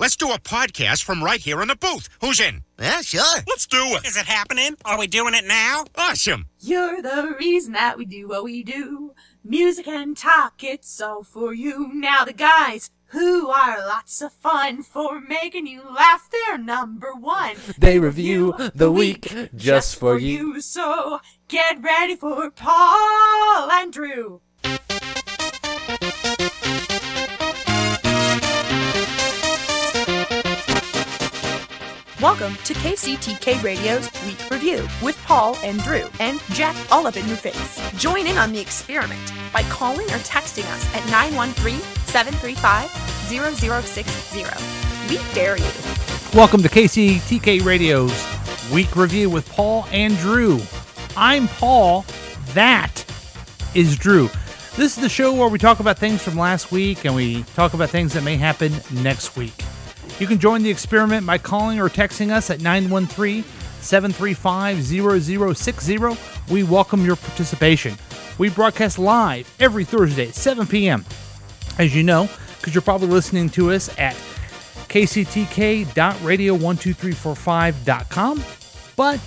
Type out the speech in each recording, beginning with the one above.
Let's do a podcast from right here in the booth. Who's in? Yeah, sure. Let's do it. Is it happening? Are we doing it now? Awesome. You're the reason that we do what we do. Music and talk, it's all for you. Now the guys who are lots of fun for making you laugh, they're number one. They review the week just for you. So get ready for Paul and Drew. Welcome to KCTK Radio's Week Review with Paul and Drew and Jack all up in your face. Join in on the experiment by calling or texting us at 913-735-0060. We dare you. Welcome to KCTK Radio's Week Review with Paul and Drew. I'm Paul. That is Drew. This is the show where we talk about things from last week and we talk about things that may happen next week. You can join the experiment by calling or texting us at 913 735 0060. We welcome your participation. We broadcast live every Thursday at 7 p.m. As you know, because you're probably listening to us at kctk.radio12345.com, but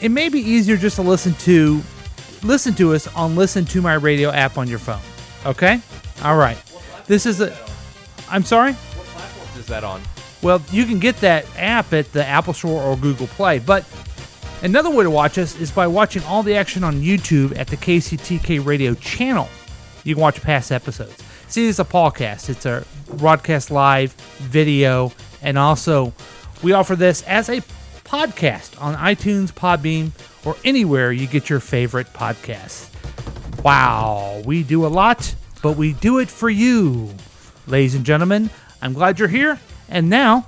it may be easier just to listen to listen to us on Listen to My Radio app on your phone. Okay? All right. This is a I'm sorry? Is that on? Well, you can get that app at the Apple Store or Google Play. But another way to watch us is by watching all the action on YouTube at the KCTK Radio channel. You can watch past episodes. See, it's a podcast. It's a broadcast live video, and also we offer this as a podcast on iTunes, Podbeam, or anywhere you get your favorite podcasts. Wow, we do a lot, but we do it for you. Ladies and gentlemen, I'm glad you're here. And now,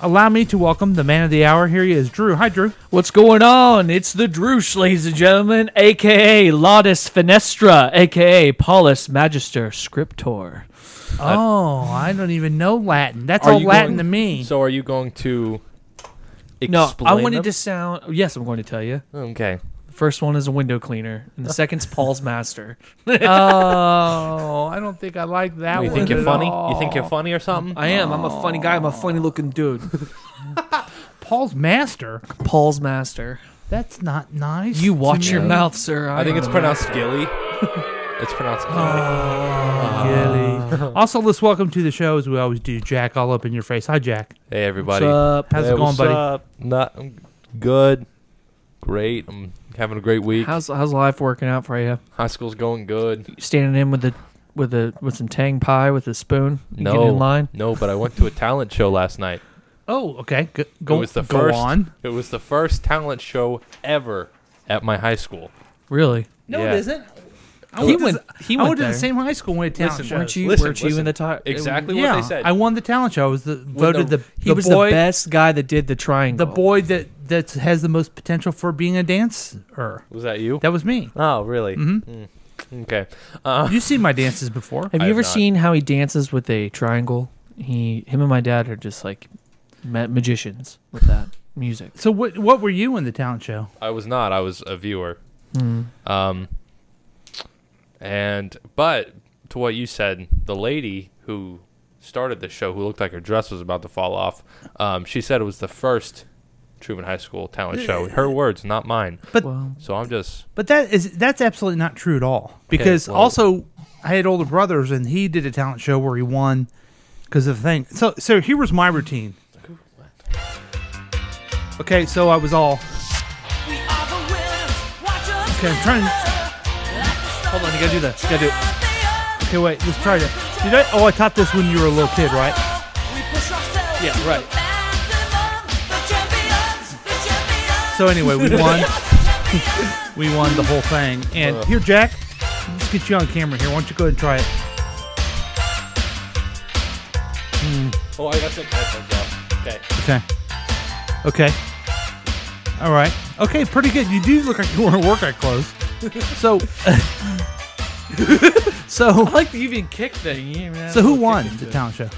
allow me to welcome the man of the hour. Here he is, Drew. Hi, Drew. What's going on? It's the Droosh, ladies and gentlemen, aka Laudis Fenestra, aka Paulus Magister Scriptor. Uh, Oh, I don't even know Latin. That's all Latin to me. Oh, So are you going to explain No, I wanted them? to sound. Yes, I'm going to tell you. Okay. The first one is a window cleaner, and the second's Paul's master. oh, I don't think I like that You one. think you're at funny? all. You think you're funny or something? I am. I'm a funny guy. I'm a funny looking dude. Paul's master? Paul's master. That's not nice. You to watch your me. mouth, sir. I think it's pronounced Gilly. it's pronounced Gilly. Also, let's welcome to the show as we always do, Jack, all up in your face. Hi, Jack. hey What's everybody. up? How's Hey, it going, what's buddy? up? Not I'm good. Great. I'm having a great week. How's how's life working out for you? High school's going good. Standing in with the with a with some tang pie with a spoon. You No. Getting in line. No, but I went to a talent show last night. Oh, okay. Go, go, it was the go first on. It was the first talent show ever at my high school. Really? No, Yeah. it isn't. I He went, to went- the- he I went went to the there. same high school when it talent Listen, shows. Weren't you Listen, weren't you listen. in the top? Exactly yeah, what they said. I won the talent show. I was the, voted the, the- the He was boy, the best guy that did the triangle. the boy that that has the most potential for being a dancer. was that you? That was me. Oh, really? Mm-hmm. Okay. Uh, You've seen my dances before. Have I you have ever not. seen how he dances with a triangle? He, him, and my dad are just like ma- magicians with that music. So what what were you in the talent show? I was not. I was a viewer. Um, and but to what you said, the lady who started the show, who looked like her dress was about to fall off, um, she said it was the first Truman High School talent show. Her words, not mine. But Well, So I'm just but that is that's absolutely not true at all. Because well- also I had older brothers and he did a talent show where he won because of the thing. So so here was my routine. Okay, so I was all Okay, I'm trying hold on, you gotta do that. You gotta do it. Okay, wait, let's try that. Did I oh I taught this when you were a little kid, right? Yeah, right. So anyway, we won. we won the whole thing. And here, Jack, let's get you on camera here. Why don't you go ahead and try it? Hmm. Oh, I got some headphones off. Okay. Okay. Okay. All right. Okay, pretty good. You do look like you wearing workout clothes. So, so, I like the even kick thing. Yeah, man, so who little won kick the into- talent show?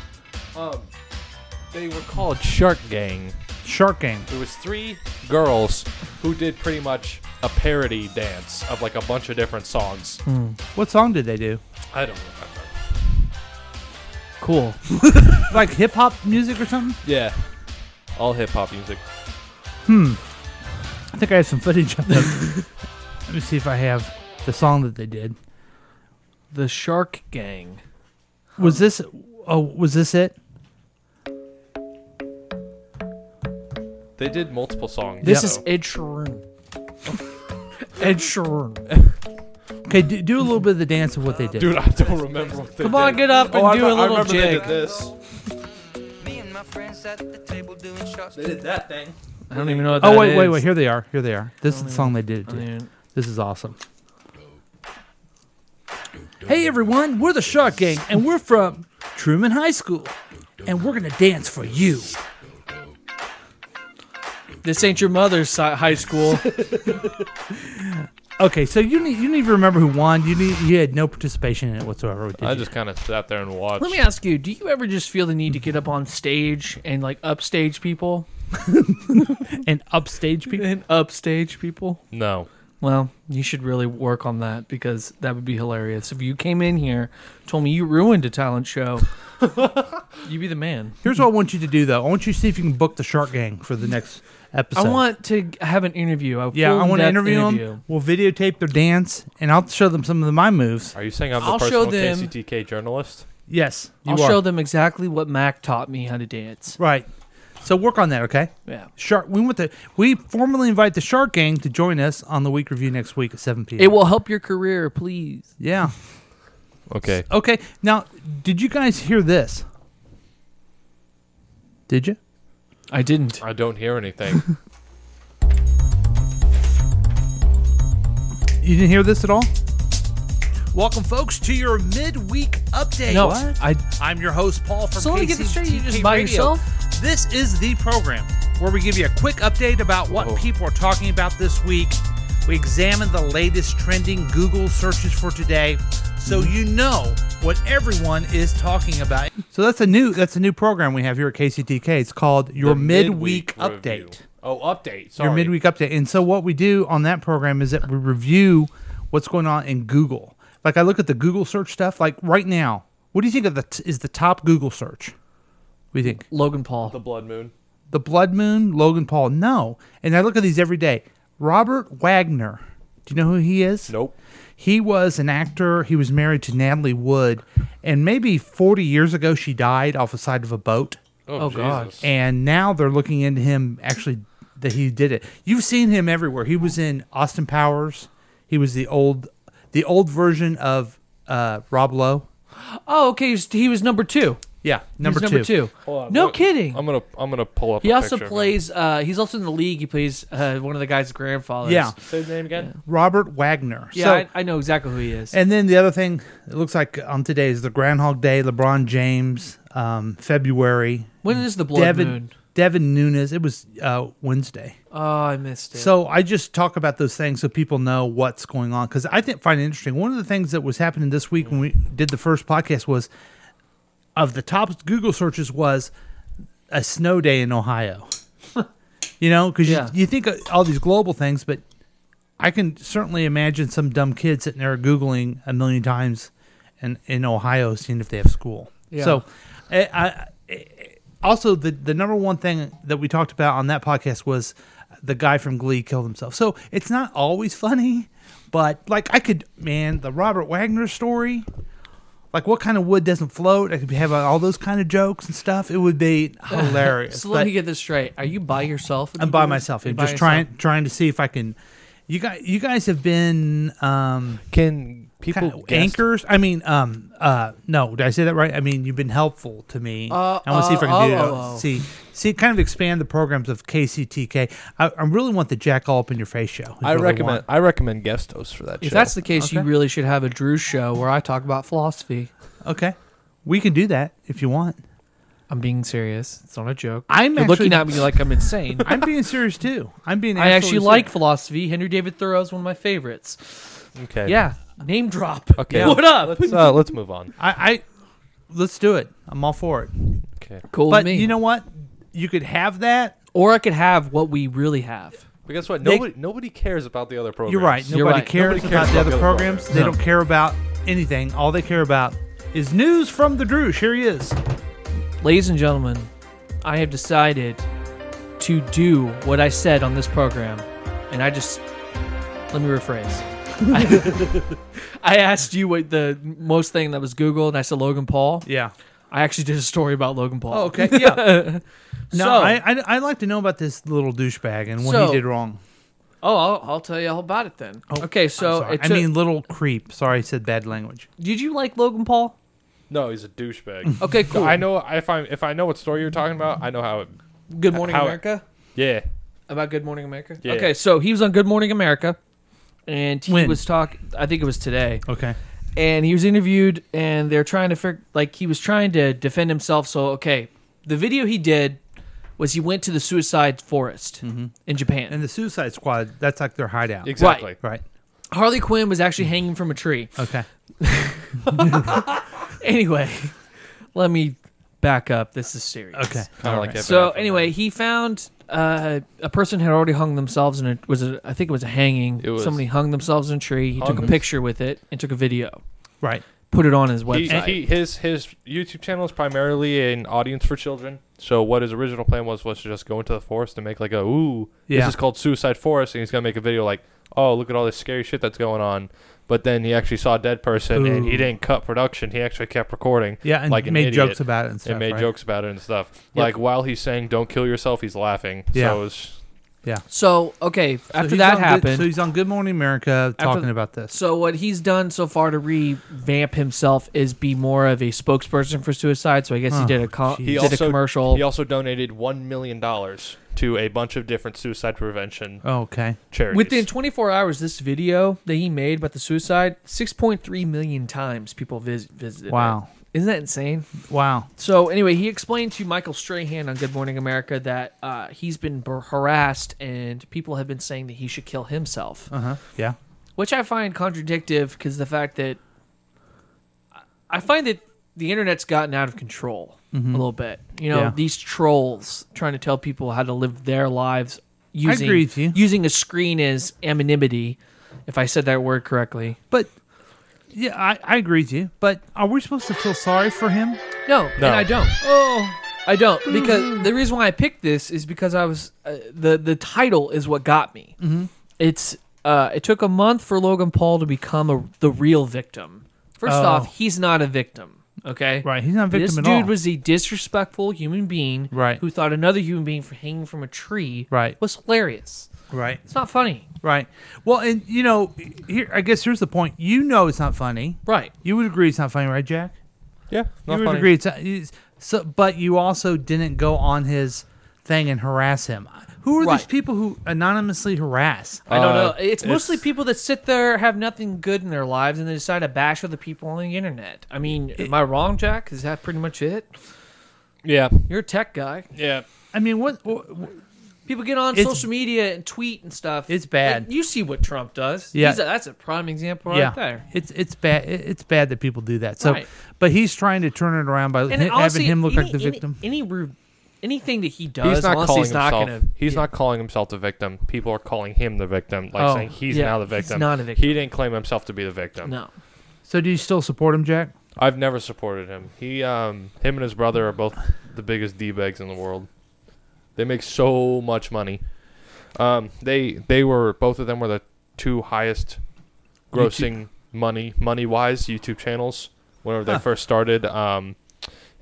They were called Shark Gang. Shark Game. It was three girls who did pretty much a parody dance of like a bunch of different songs. What song did they do? I don't remember. Cool. Like hip hop music or something? Yeah. All hip hop music. I think I have some footage of them. Let me see if I have the song that they did. The Shark Gang. Um, Was this? Oh, was this it? They did multiple songs. This so- is Ed Sheeran. Ed Sheeran. Okay, do, do a little bit of the dance of what they did. Dude, I don't remember what they Come on, did. get up and I do re- a little I remember They jig. did this. They did that thing. I don't even know what that oh wait, wait, is. wait. Here they are. Here they are. This is the song they did. I don't even- This is awesome. Hey everyone, we're the Shark Gang, and we're from Truman High School, and we're gonna dance for you. This ain't your mother's si- high school. Okay, so you need you need to remember who won. You need you had no participation in it whatsoever. Did I you? just kind of sat there and watched. Let me ask you: Do you ever just feel the need to get up on stage and like upstage people and upstage people. and upstage people? no. Well, you should really work on that because that would be hilarious. If you came in here, told me you ruined a talent show, you'd be the man. Here's what I want you to do though. I want you to see if you can book the Shark Gang for the next episode. I want to have an interview. A yeah, I want to full-depth interview, them. We'll videotape their dance, and I'll show them some of my moves. Are you saying I'm the I'll show personal them- KCTK journalist? Yes, you I'll are. show them exactly what Mac taught me how to dance. Right. So work on that, okay? Yeah. Shark. We want the we formally invite the Shark Gang to join us on the week review next week at 7 p.m. It will help your career, please. Yeah. Okay. Okay. Now, did you guys hear this? Did you? I didn't. I don't hear anything. You didn't hear this at all? Welcome, folks, to your midweek update. No, I. I'm your host, Paul from So let me get this straight. You just by Radio. yourself? This is the program where we give you a quick update about what Whoa. people are talking about this week. We examine the latest trending Google searches for today, so you know what everyone is talking about. So that's a new that's a new program we have here at KCTK. It's called Your The Midweek, review. Update. Oh, update. Sorry. Your midweek update. And so what we do on that program is that we review what's going on in Google. Like I look at the Google search stuff. Like right now, what do you think of the t- is the top Google search? We think Logan Paul. The blood moon. the Blood Moon, Logan Paul. No, and I look at these every day. Robert Wagner. Do you know who he is? Nope. He was an actor. He was married to Natalie Wood, and maybe 40 years ago she died off the side of a boat Oh, God. Jesus. and now they're looking into him actually that he did it. You've seen him everywhere. He was in Austin Powers. He was the old the old version of uh, Rob Lowe. Oh, okay. he was- He was number two. Yeah, He was number, number two. two. no kidding. I'm gonna I'm gonna pull up. he a picture also of him. plays. Uh, he's also in the league. He plays uh, one of the guy's grandfathers. Yeah, Say his name again. Robert Wagner. Yeah, So- I, I know exactly who he is. and then the other thing it looks like on today is the Groundhog Day. LeBron James, um, February. when is the blood Devin moon? Devin Nunes. It was uh, Wednesday. Oh, I missed it. So I just talk about those things so people know what's going on because I think find it interesting. One of the things that was happening this week when we did the first podcast was of the top Google searches was a snow day in Ohio. you know, because Yeah. you, you think of all these global things, but I can certainly imagine some dumb kid sitting there googling a million times, and in Ohio seeing if they have school. Yeah. So, I, I also the the number one thing that we talked about on that podcast was the guy from Glee killed himself. So it's not always funny, but like I could man the Robert Wagner story, like what kind of wood doesn't float? I could have all those kind of jokes and stuff. It would be hilarious. So let But me get this straight. Are you by yourself? I'm by myself. You're I'm by just yourself? trying trying to see if I can. You guys, you guys have been um, Can people kind of anchors. I mean, um, uh, no, did I say that right? I mean, you've been helpful to me. I want to see if I can uh, do oh, that. oh, oh. See, see, kind of expand the programs of KCTK. I, I really want the Jack all up in your face show. is I what recommend want. I recommend guest hosts for that. If show. that's the case, you Okay. really should have a Drew show where I talk about philosophy. Okay, we can do that if you want. I'm being serious. It's not a joke. I'm You're actually- looking at me like I'm insane. I'm being serious too. I'm being. I actually absolutely like serious. philosophy. Henry David Thoreau is one of my favorites. Okay. Yeah. Name drop. Okay. What up? Let's, uh, let's move on. I, I let's do it. I'm all for it. Okay. Cool with But me. you know what? You could have that. or I could have what we really have. But guess what? They- Nobody nobody cares about the other programs. You're right. You're Nobody right. cares Nobody about cares about the other the other programs. They No. don't care about anything. All they care about is news from the Druge. Here he is. Ladies and gentlemen, I have decided to do what I said on this program, and I just let me rephrase. I, I asked you what the most thing that was Google, and I said Logan Paul. Yeah. I actually did a story about Logan Paul. Oh, okay. Yeah. No, So- I, I I like to know about this little douchebag and what So- he did wrong. Oh, I'll, I'll tell you all about it then. okay, so Sorry. it I took- mean, little creep. Sorry, I said bad language. did you like Logan Paul? No, he's a douchebag. Okay, So cool. I know if I if I know what story you're talking about, I know how it. Good Morning how- America. Yeah. About Good Morning America. Yeah. Okay, so he was on Good Morning America, and he When? was talk. I think it was today. Okay. and he was interviewed and they're trying to fig- like he was trying to defend himself so okay the video he did was he went to the suicide forest Mm-hmm. in japan And the Suicide Squad. That's like their hideout. Exactly. Right. harley quinn was actually Mm-hmm. hanging from a tree Okay. anyway let me back up this is serious Okay. Kind of like Evan so Affleck. anyway he found uh, a person had already hung themselves in a was a, i think it was a hanging It was- somebody hung themselves in a tree he Hung took a them- picture with it and took a video Right. put it on his He, website he, his his YouTube channel is primarily an audience for children. So what his original plan was was to just go into the forest and make like a ooh, Yeah. this is called Suicide Forest, and he's gonna make a video like, oh look at all this scary shit that's going on. But then he actually saw a dead person and he Ooh. didn't cut production. He actually kept recording. Yeah, and like an made idiot. jokes about it and stuff. and made right? jokes about it and stuff. Like while he's saying "Don't kill yourself," he's laughing. Yeah. So it's so okay So after he's that on Good- happened so he's on Good Morning America talking about this. So what he's done so far to revamp himself is be more of a spokesperson for suicide. So I guess he Oh, did a co- geez. he did also a commercial. He also donated one million dollars to a bunch of different suicide prevention Oh. okay. charities. Within 24 hours, this video that he made about the suicide, 6.3 million times people vis- visited. Wow. is isn't that insane? Wow. So anyway, he explained to Michael Strahan on Good Morning America that uh, he's been bar- harassed and people have been saying that he should kill himself. Uh huh. Yeah. which I find contradictive because the fact that I find that the internet's gotten out of control a little bit. You know, Mm-hmm. Yeah. these trolls trying to tell people how to live their lives using agree with you. using a screen as anonymity. If I said that word correctly, But yeah, I, I agree with you. But are we supposed to feel sorry for him? no, and No. I don't. Oh, I don't because the reason why I picked this is because I was uh, the the title is what got me. Mm-hmm. It's uh, it took a month for Logan Paul to become a, the real victim. First Oh. off, he's not a victim. Okay, Right, he's not a victim This at dude all. was a disrespectful human being, Right. Who thought another human being for hanging from a tree, Right. was hilarious. Right. It's not funny, Right. Well, and you know, here I guess here's the point. You know, it's not funny. right? You would agree it's not funny, right, Jack? yeah, not you would funny. agree it's, not, it's so. But you also didn't go on his thing and harass him. Who are these Right. people who anonymously harass? I don't Uh, know. It's, mostly it's- people that sit there have nothing good in their lives and they decide to bash other people on the internet. I mean, am I wrong, Jack? Is that pretty much it? Yeah, You're a tech guy. yeah. I mean, what? what, what People get on It's- social media and tweet and stuff. It's bad. And you see what Trump does. Yeah. He's a- that's a prime example right yeah, there. it's it's bad. it- It's bad that people do that. So, Right. but he's trying to turn it around by And hi- honestly, having him look any- like the victim. Any, any ru- anything that he does, He's not honestly, calling he's not himself. gonna. he's not calling himself the victim. People are calling him the victim, like Oh, saying he's yeah, now the he's victim. not a victim. He didn't claim himself to be the victim. No. so, do you still support him, Jack? I've never supported him. He, um, him and his brother are both the biggest d bags in the world. They make so much money. Um, they they were both of them were the two highest grossing money money wise YouTube channels whenever they first started. Um,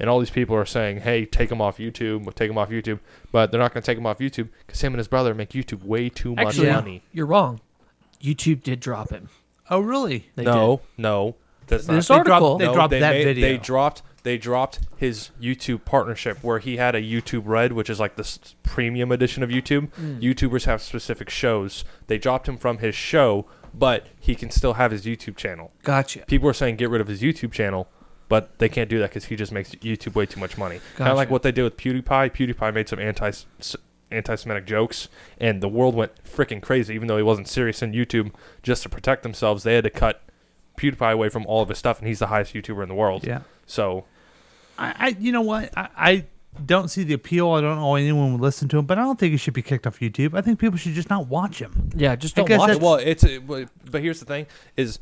and all these people are saying, "Hey, take him off YouTube. Take him off YouTube." But they're not going to take him off YouTube because him and his brother make YouTube way too much Actually, money. you're wrong. YouTube did drop him. Oh, really? They no, no, that's not. This article. They dropped that video. They dropped. They dropped his YouTube partnership where he had a YouTube Red, which is like the s- premium edition of YouTube. Mm. YouTubers have specific shows. They dropped him from his show, but he can still have his YouTube channel. Did. Gotcha. People are saying get rid of his YouTube channel. But they can't do that because he just makes YouTube way too much money. Kind of like Gotcha. what they did with PewDiePie. PewDiePie made some anti anti-Semitic jokes, and the world went freaking crazy. Even though he wasn't serious in YouTube, just to protect themselves, they had to cut PewDiePie away from all of his stuff, and he's the highest YouTuber in the world. Yeah. So I, I you know what? I, I don't see the appeal. I don't know why anyone would listen to him, but I don't think he should be kicked off YouTube. I think people should just not watch him. Yeah, just I don't guess watch that's- Well, it's a, but but here's the thing: is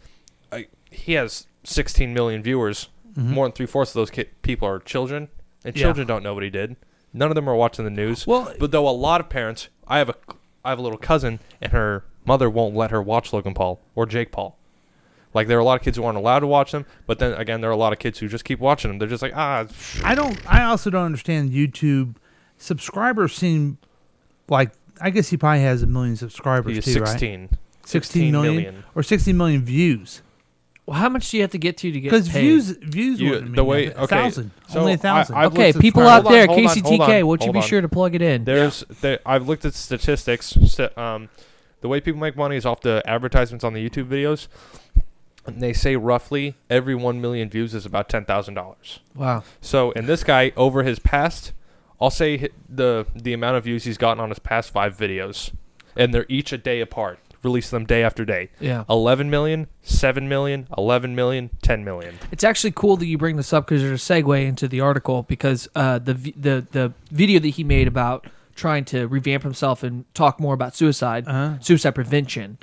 uh, he has 16 million viewers. More than three fourths of those ki- people are children, and Mm-hmm. Yeah. children don't know what he did. None of them are watching the news. Well, but though a lot of parents, I have a, I have a little cousin, and her mother won't let her watch Logan Paul or Jake Paul. Like there are a lot of kids who aren't allowed to watch them, but then again, there are a lot of kids who just keep watching them. They're just like, ah, I don't. I also don't understand YouTube subscribers. Seem like I guess he probably has a million subscribers He has too, right? 16. 16 16 million, million. or 16 million views. Well, how much do you have to get to to get? Because paid? views, views You- wouldn't the mean way- nothing. a okay, thousand, so only a I- thousand. I've Okay, looked at people subscribers. out Hold on, there, hold on, hold KCTK, on, won't you hold be on. sure to plug it in? There's there, I've looked at statistics. st- Um, the way people make money is off the advertisements on the YouTube videos. And they say roughly every one million views is about ten thousand dollars. Wow. So, and this guy over his past, I'll say hi- the the amount of views he's gotten on his past five videos, and they're each a day apart. Release them day after day. Yeah. 11 million, 7 million, 11 million, 10 million. It's actually cool that you bring this up because there's a segue into the article because uh, the vi- the the video that he made about trying to revamp himself and talk more about suicide, Uh-huh. suicide prevention.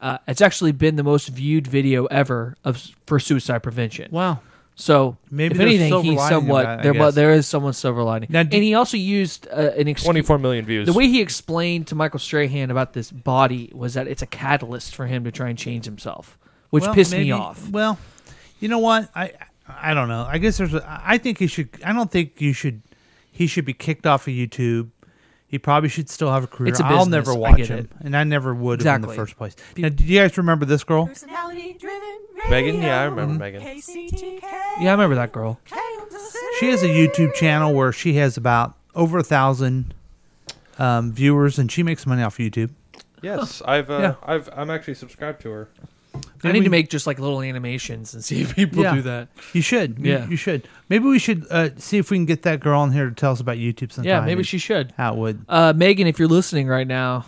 Uh, it's actually been the most viewed video ever of for suicide prevention. Wow. So Maybe maybe if there's anything, silver he's lining in somewhat that, I there. guess. But there is somewhat silver lining. Now, do- and he also used uh, an excuse. 24 million views. The way he explained to Michael Strahan about this body was that it's a catalyst for him to try and change himself, which Well, pissed maybe- me off. Well, you know what? I I don't know. I guess there's. A, I think he should. I don't think you should. He should be kicked off of YouTube. He probably should still have a career. It's a I'll business. never I watch get him, it. and I never would have in the Exactly. first place. Now, do you guys remember this girl? Personality driven Megan, yeah, I Mm-hmm. remember Megan. KCTK. Yeah, I remember that girl. She has a YouTube channel where she has about over a thousand um, viewers, and she makes money off YouTube. Yes, I've uh, Yeah. I've I'm actually subscribed to her. I Maybe need we- to make just like little animations and see if people do that. You should. You- Yeah. you, should. Maybe we should uh, see if we can get that girl on here to tell us about YouTube sometime. Yeah, maybe and she should. How it would. Uh, Megan, if you're listening right now,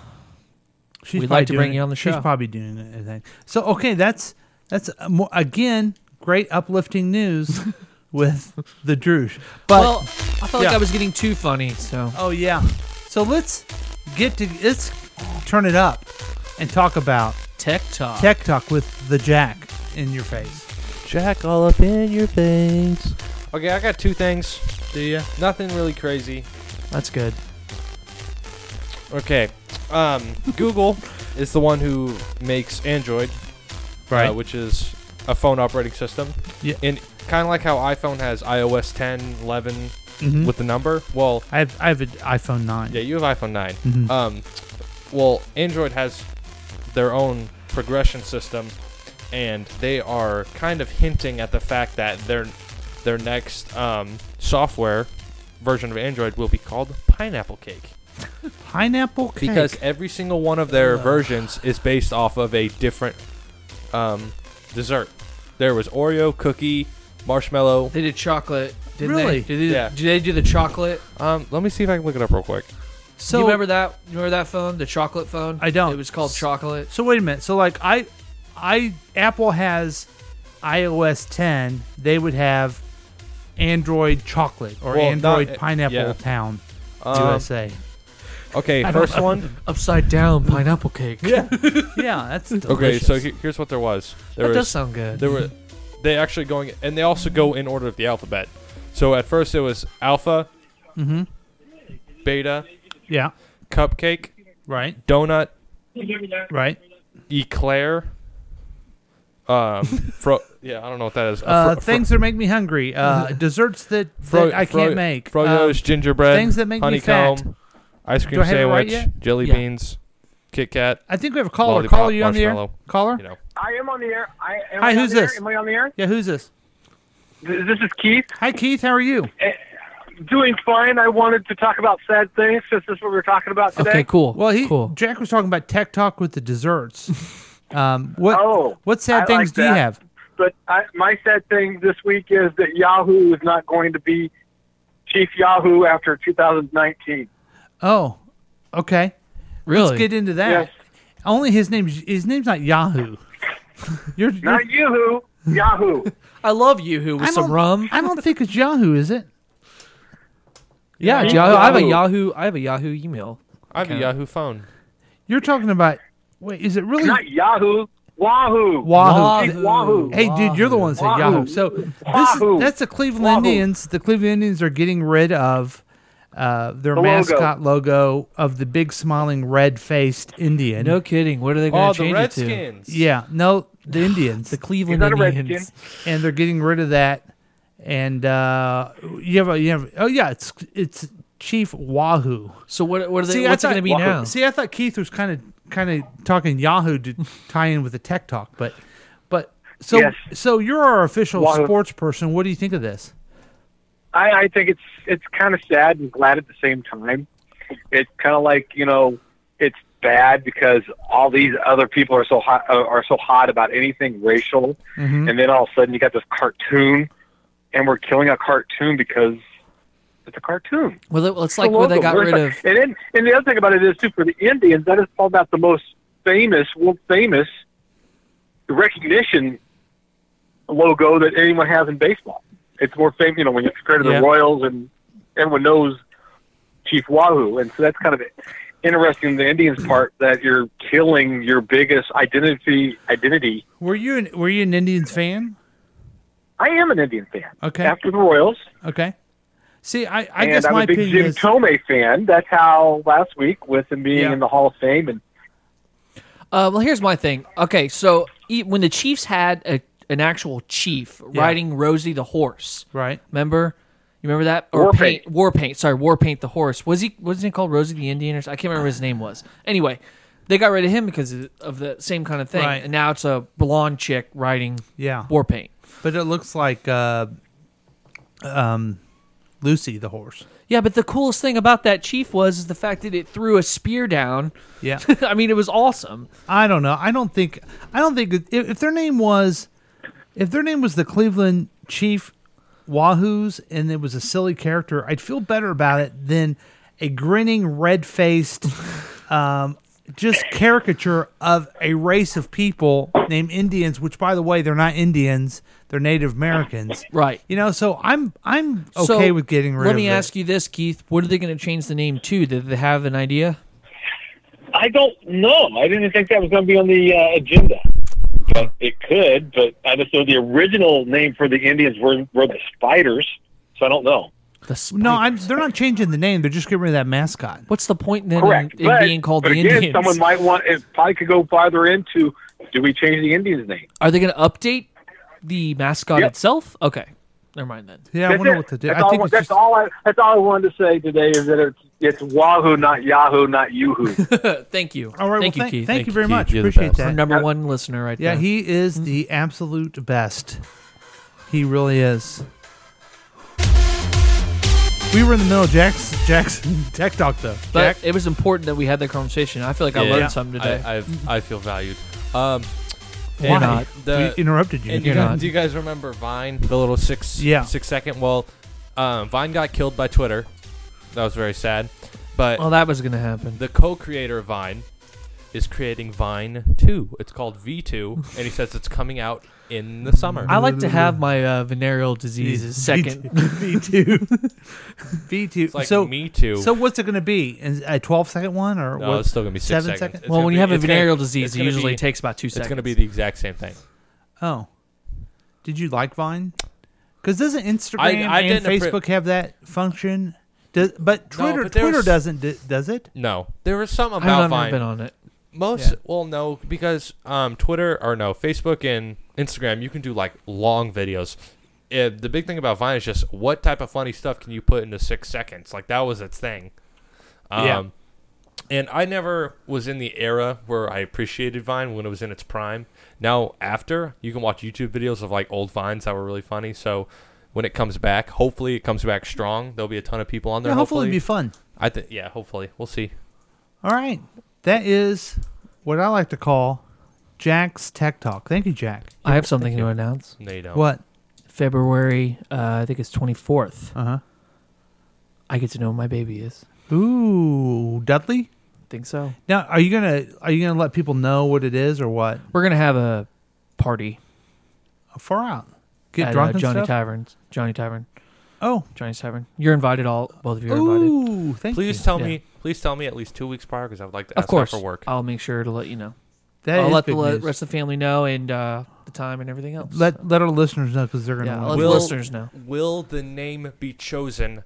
She's We'd probably like to bring doing you it- on the She's show. probably doing it. I think. So okay, that's that's uh, more, again great uplifting news with the Druge. But well, I felt like yeah. I was getting too funny, so oh yeah, so let's get to let's turn it up and talk about tech talk. Tech Talk with the Jack in your face. Jack all up in your face. Okay, I got two things. Do you? Nothing really crazy. That's good. Okay. Um, Google is the one who makes Android, uh, Right. which is a phone operating system. Yeah. And kind of like how iPhone has iOS 10, 11 with the number. Well, I have I have an iPhone nine. yeah, you have iPhone 9. Mm-hmm. Um, well, Android has their own progression system, and they are kind of hinting at the fact that their their next um, software version of Android will be called Pineapple Cake Pineapple cake. because every single one of Oh. their versions is based off of a different um, dessert. There was Oreo, cookie, marshmallow. They did chocolate, didn't Really? they? Did they, Yeah. did they do the chocolate? Um, let me see if I can look it up real quick. Do so you remember that? You remember that phone, the chocolate phone? I don't. It was called chocolate. So wait a minute. So like I, I Apple has iOS 10. They would have Android chocolate or Well, Android not- pineapple yeah. town Um, USA. Okay, first one. Upside down pineapple cake. Yeah, Yeah, that's Okay, delicious. so he- here's what there was. There that was does sound good. there were they actually going and they also go in order of the alphabet. So at first it was alpha, Mm-hmm. beta, yeah, cupcake, right, donut, right. eclair. Um, fro- yeah, I don't know what that is. A fro- Uh, fro- things that make me hungry. Uh, desserts that, Fro- that I fro- can't make. Froyo's Um, gingerbread, things that make me honeycomb, fat. ice Do cream I have it right sandwich, yet? jelly Yeah. beans, Kit Kat. I think we have a caller. Lollipop, Caller, you on the air? marshmallow. Caller? You know, I am on the air. I, am Hi, I on who's the air? this? Am I on the air? Yeah, who's this? Th- This is Keith. Hi, Keith. How are you? Doing fine. I wanted to talk about sad things since this is what we were talking about today. okay, cool. Well, he cool. Jack was talking about tech talk with the desserts. um, what Oh, what sad I things like do you that. have? But I, my sad thing this week is that Yahoo is not going to be Chief Yahoo after 2019. Oh, okay. Really? Let's get into that. Yes. Only his name's his name's not Yahoo. You're, you're- Not Yahoo, Yahoo. I love Yoo-Hoo with I some don't- rum. I don't think it's Yahoo, is it? yeah, Yeah. Yahoo. I have a Yahoo. Yahoo. I have a Yahoo email. I have a Okay. Yahoo phone. You're talking about. Wait, is it really Not Yahoo, Wahoo? Wahoo. Wahoo. Wahoo. Hey, dude, you're the one that said Wahoo. Yahoo. So this is, Wahoo. that's the Cleveland Wahoo. Indians. The Cleveland Indians are getting rid of uh, their The logo. mascot logo of the big smiling red faced Indian. No kidding. What are they going Oh, to the change it to? Redskins. Yeah, no, the Indians. The Cleveland He's not a Indians. and they're getting rid of that. And uh, you have a you have oh yeah, it's it's Chief Wahoo. So what? What are they? what's it thought- going to be now? See, I thought Keith was kind of kind of talking Yahoo to tie in with the tech talk, but but so Yes. so you're our official Wahoo. sports person. What do you think of this? I, I think it's it's kind of sad and glad at the same time. It's kind of like you know, it's bad because all these other people are so hot uh, are so hot about anything racial, and then all of a sudden you got this cartoon, and we're killing a cartoon because it's a cartoon. Well, it- it's like where they logo. got We're rid like- of. And then, and the other thing about it is too for the Indians that is probably about the most famous, world famous recognition logo that anyone has in baseball. It's more famous, you know, when you compare to the Yeah. Royals and everyone knows Chief Wahoo, and so that's kind of interesting. The Indians part that you're killing your biggest identity. Identity. Were you an, were you an Indians fan? I am an Indian fan. Okay. After the Royals, Okay. See, I, I and guess I'm my a big opinion Jim is Tomei fan. That's how last week with him being Yeah. in the Hall of Fame and Uh, well, here's my thing. Okay, so e- when the Chiefs had a, an actual chief riding Rosie the horse, right. remember? You remember that? Or War Paint. War Paint. Sorry, War Paint the horse. Was he? Wasn't he called Rosie the Indian? Or, so- I can't remember what his name was. Anyway, they got rid of him because of the same kind of thing, Right. and now it's a blonde chick riding Yeah. War Paint. But it looks like uh, um, Lucy the horse. Yeah, but the coolest thing about that chief was is the fact that it threw a spear down. Yeah. I mean, it was awesome. I don't know. I don't think. I don't think if, if their name was, if their name was the Cleveland Chief Wahoos, and it was a silly character, I'd feel better about it than a grinning, red-faced, um, just caricature of a race of people named Indians. Which, by the way, they're not Indians; they're Native Americans. Right. You know. So I'm I'm okay So, with getting rid Let of. me it. ask you this, Keith. What are they going to change the name to? Did they have an idea? I don't know. I didn't think that was going to be on the uh, agenda. But it could, but I just know the original name for the Indians were, were the Spiders, so I don't know. The spiders. No, I'm, they're not changing the name. They're just getting rid of that mascot. What's the point then Correct. in, in but, being called but the again, Indians? someone might want, it probably could go farther into do we change the Indians' name? Are they going to update the mascot Yep. itself? Okay, never mind then. Yeah, I That's wonder it. what to do. That's, I all, think I- it's that's, just- all, I, that's all I wanted to say today is that it's, it's Wahoo, not Yahoo, not Yoo-Hoo. Uh, thank you. All right. Thank well, you, thank, thank Keith. Thank you you, very Keith. much. You're the Appreciate best. Our that. number one listener, right Yeah, there. he is the Mm-hmm. absolute best. He really is. We were in the middle of Jack's, Jackson Tech Talk, though. but Jack, it was important that we had that conversation. I feel like I Yeah. learned Yeah. something today. I, I've, I feel valued. Um, Why? and not? The, we interrupted you. and you You're guys- not. do you guys remember Vine? The little six Yeah. six second. Well, um, Vine got killed by Twitter. That was very sad. But well, that was going to happen. the co-creator of Vine is creating Vine Two. It's called V Two, and he says it's coming out in the summer. I like to have my uh, venereal diseases second. V two, V two. it's like So Me Too. so what's it going to be? Is a twelve second one or no, what? it's still gonna be six seconds. seven second? It's well, gonna when be- you have a it's gonna- venereal it's disease, it gonna usually be- takes about two seconds. It's gonna be the exact same thing. Oh, did you like Vine? Because doesn't Instagram I and didn't appro- Facebook have that function? Does, but Twitter but there Twitter was- doesn't d- does it? No, there was some I don't about know. I've Vine. never been on it. Most well, no, because um, Twitter or no, Facebook and Instagram, you can do like long videos. Eh, the big thing about Vine is just what type of funny stuff can you put into six seconds? Like that was its thing. Um, Yeah. And I never was in the era where I appreciated Vine when it was in its prime. Now, after you can watch YouTube videos of like old vines that were really funny. So when it comes back, hopefully it comes back strong. There'll be a ton of people on there. Yeah, hopefully it'll be fun. I think yeah, hopefully we'll see. All right. That is what I like to call Jack's Tech Talk. Thank you, Jack. I have something to announce. No, you don't. What? February, uh, I think it's 24th. Uh huh. I get to know who my baby is. Ooh, Dudley. think so. Now, are you gonna are you gonna let people know what it is or what? We're gonna have a party. Far out. Get at, drunk uh, and Johnny stuff? Tavern's. Johnny Tavern. Oh, Johnny's Tavern. You're invited. All both of you are invited. ooh, thank you. Please tell Yeah. me. Please tell me at least two weeks prior because I would like to ask Of course, out for work. I'll make sure to let you know. That I'll is let big the le- news. rest of the family know and uh, the time and everything else. Let let our listeners know because they're gonna. Yeah, want I'll let to the know. listeners know. Will the name be chosen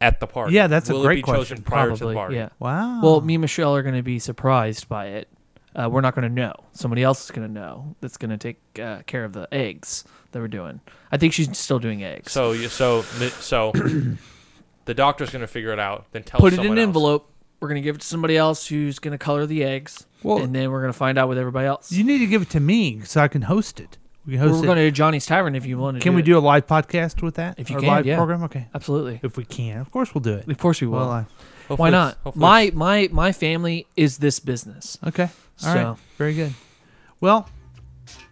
at the party? Yeah, that's a Will it great be question. Chosen prior to the Probably, party? yeah. Wow. Well, me and Michelle are going to be surprised by it. Uh, we're not going to know. Somebody else is going to know. That's going to take uh, care of the eggs that we're doing. I think she's still doing eggs. So you so mi- so the doctor's gonna figure it out. Then tell put it in someone an else. envelope. We're going to give it to somebody else who's going to color the eggs, Well- and then we're going to find out with everybody else. you need to give it to me so I can host it. We can We're host it. going to Johnny's Tavern if you want to. Can do we it. do a live podcast with that? If you Or can, live yeah. program, okay. Absolutely. If we can, of course we'll do it. Of course we will. Well, I- Hopefully Why it's- not? hopefully My my my family is this business. Okay. all right, So- Very good. Well,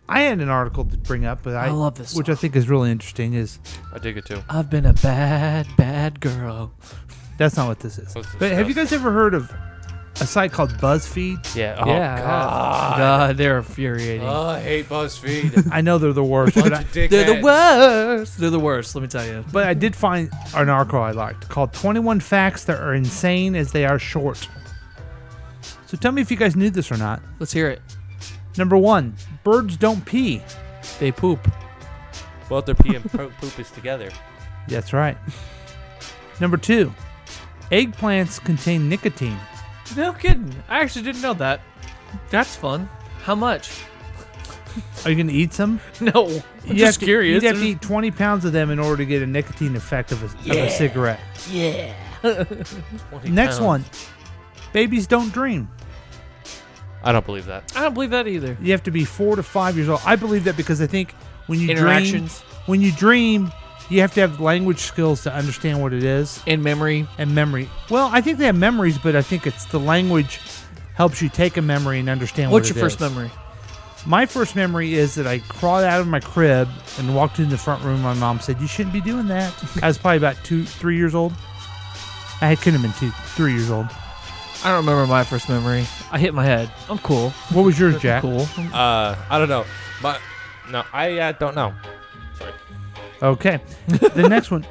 I had an article to bring up, but I, I love this which I song. think is really interesting. Is it's- I dig it too. I've been a bad bad girl. that's not what this is. Let's But have you discuss. guys ever heard of a site called BuzzFeed? Yeah. Oh yeah. God. God, they're infuriating. Oh, I hate BuzzFeed. I know they're the worst, but I, They're the worst. They're the worst. Let me tell you. but I did find an article I liked called "21 Facts That Are Insane as They Are Short." So tell me if you guys knew this or not. Let's hear it. Number one, birds don't pee. They poop. Well, their pee and po- poop is together. That's right. Number two, eggplants contain nicotine. No kidding. I actually didn't know that. That's fun. How much? Are you going to eat some? No. I'm You have just to- curious. You'd have to eat 20 pounds of them in order to get a nicotine effect of a, of a cigarette. Twenty Next pounds. one, babies don't dream. I don't believe that. I don't believe that either. You have to be four to five years old. I believe that because I think when you dream, Interactions. when you dream, you have to have language skills to understand what it is In memory. and memory. Well, I think they have memories, but I think it's the language helps you take a memory and understand What's what it your first is. memory? My first memory is that I crawled out of my crib and walked into the front room. My mom said, "You shouldn't be doing that." I was probably about two, three years old. I couldn't have been two, three years old. I don't remember my first memory. I hit my head. I'm cool. What was yours, Jack? Cool. Uh, I don't know. My, no, I uh, don't know. Okay. The next one.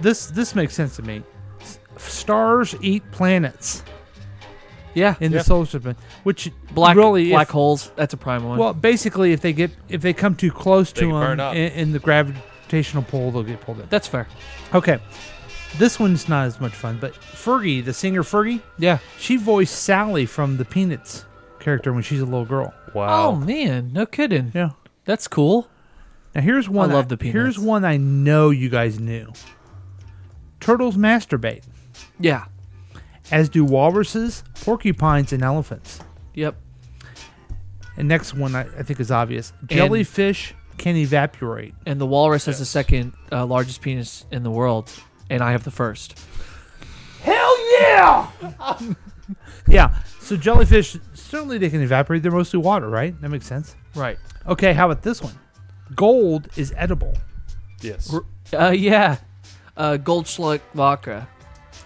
This this makes sense to me. S- Stars eat planets Yeah. in Yeah. the solar system, which black really if- black holes. That's a prime one. Well, basically, if they get if they come too close They to can them burn up. in, in the gravitational pull, they'll get pulled in. that's fair. Okay. This one's not as much fun, but Fergie, the singer Fergie, Yeah. She voiced Sally from the Peanuts character when she's a little girl. Wow. Oh man, no kidding. Yeah. That's cool. Now here's one. love the Here's Peanuts. one I know you guys knew. Turtles masturbate, Yeah. as do walruses, porcupines, and elephants. Yep. And next one I, I think is obvious. Jellyfish can evaporate. And the walrus has the second uh, largest penis in the world, and I have the first. Yeah. So jellyfish certainly they can evaporate. They're mostly water, right? That makes sense. Right. Okay. How about this one? Gold is edible. Yes. Uh, yeah. Uh, Goldschluck vodka,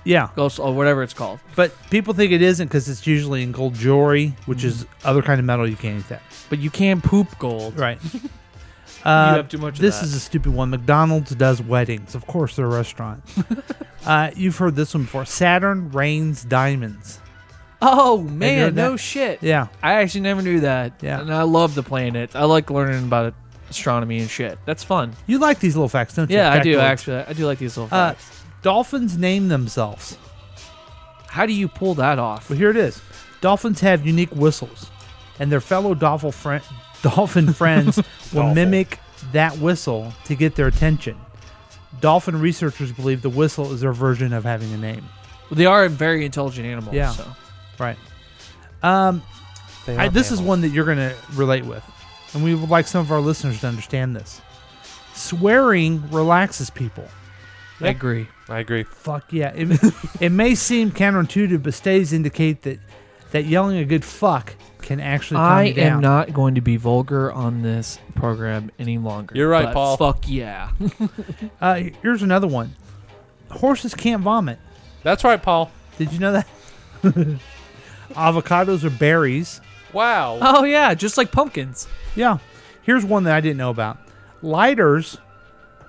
Yeah. Gold or whatever it's called. But people think it isn't because it's usually in gold jewelry, Mm. which is other kind of metal. You can't eat that. But you can poop gold. Right. Uh, have too much of This that. is a stupid one. McDonald's does weddings. Of course, they're a restaurant. uh, you've heard this one before. Saturn rains diamonds. Oh you man, heard no that? shit. Yeah. I actually never knew that. Yeah. And I love the planet. I like learning about astronomy and shit. That's fun. You like these little facts, don't you? Yeah, I do Factoids. actually. I do like these little Uh, facts. dolphins name themselves. How do you pull that off? Well, here it is. Dolphins have unique whistles, and their fellow dolphin, friend, dolphin friends will mimic that whistle to get their attention. Dolphin researchers believe the whistle is their version of having a name. They are very intelligent animals. Yeah. So. Right. Um, I, this is one that you're going to relate with, and we would like some of our listeners to understand this. Swearing relaxes people. I agree. I agree. Fuck yeah! It, it may seem counterintuitive, but studies indicate that that yelling a good fuck can actually calm I you down. am not going to be vulgar on this program any longer. You're right, but Paul. Fuck yeah. uh, here's another one. Horses can't vomit. That's right, Paul. Did you know that? Avocados are berries. Wow. Oh yeah, just like pumpkins. Yeah. Here's one that I didn't know about. Lighters,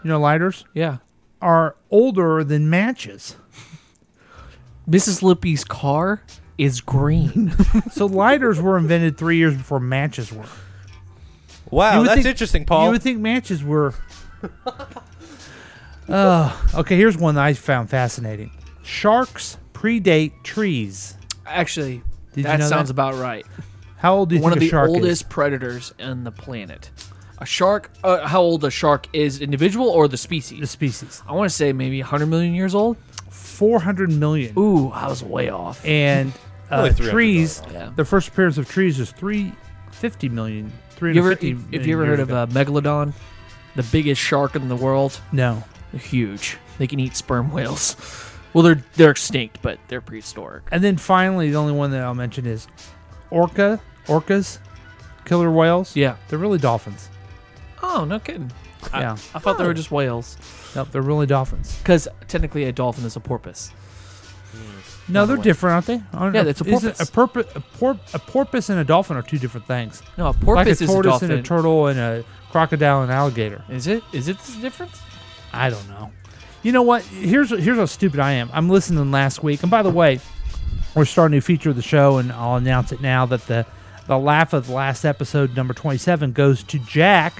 you know lighters? Yeah. Are older than matches. Mrs. Lippy's car is green. so lighters were invented 3 years before matches were. You Wow, would that's think- interesting, Paul. You would think matches were. uh, okay, here's one that I found fascinating. Sharks predate trees. Actually, Did you that know that? sounds about right. How old do you One think of a the shark oldest is? predators on the planet. A shark. Uh, how old a shark is individual or the species? The species. I want to say maybe 100 million years old. 400 million. Ooh, I was way off. And uh, Only 300 trees, Yeah. the first appearance of trees is 350 million. You ever, 350 if, if million you ever heard years of ago. uh, megalodon, the biggest shark in the world, No. they're huge. They can eat sperm whales. Well, they're they're extinct, but they're prehistoric. And then finally, the only one that I'll mention is orca, orcas, killer whales. Yeah. They're really dolphins. Oh, no kidding. yeah. I thought they were just whales. Nope, they're really dolphins. Because technically, a dolphin is a porpoise. No, they're way. different, aren't they? Aren't- Yeah, that's a isn't porpoise. A, porpo- a, por- a porpoise and a dolphin are two different things. No, a like a porpoise is a tortoise dolphin. and a turtle and a crocodile and alligator. is it? Is it this difference? I don't know. You know what? Here's here's how stupid I am. I'm listening last week, and by the way, we're starting a new feature of the show, and I'll announce it now that the the laugh of the last episode, number 27, goes to Jack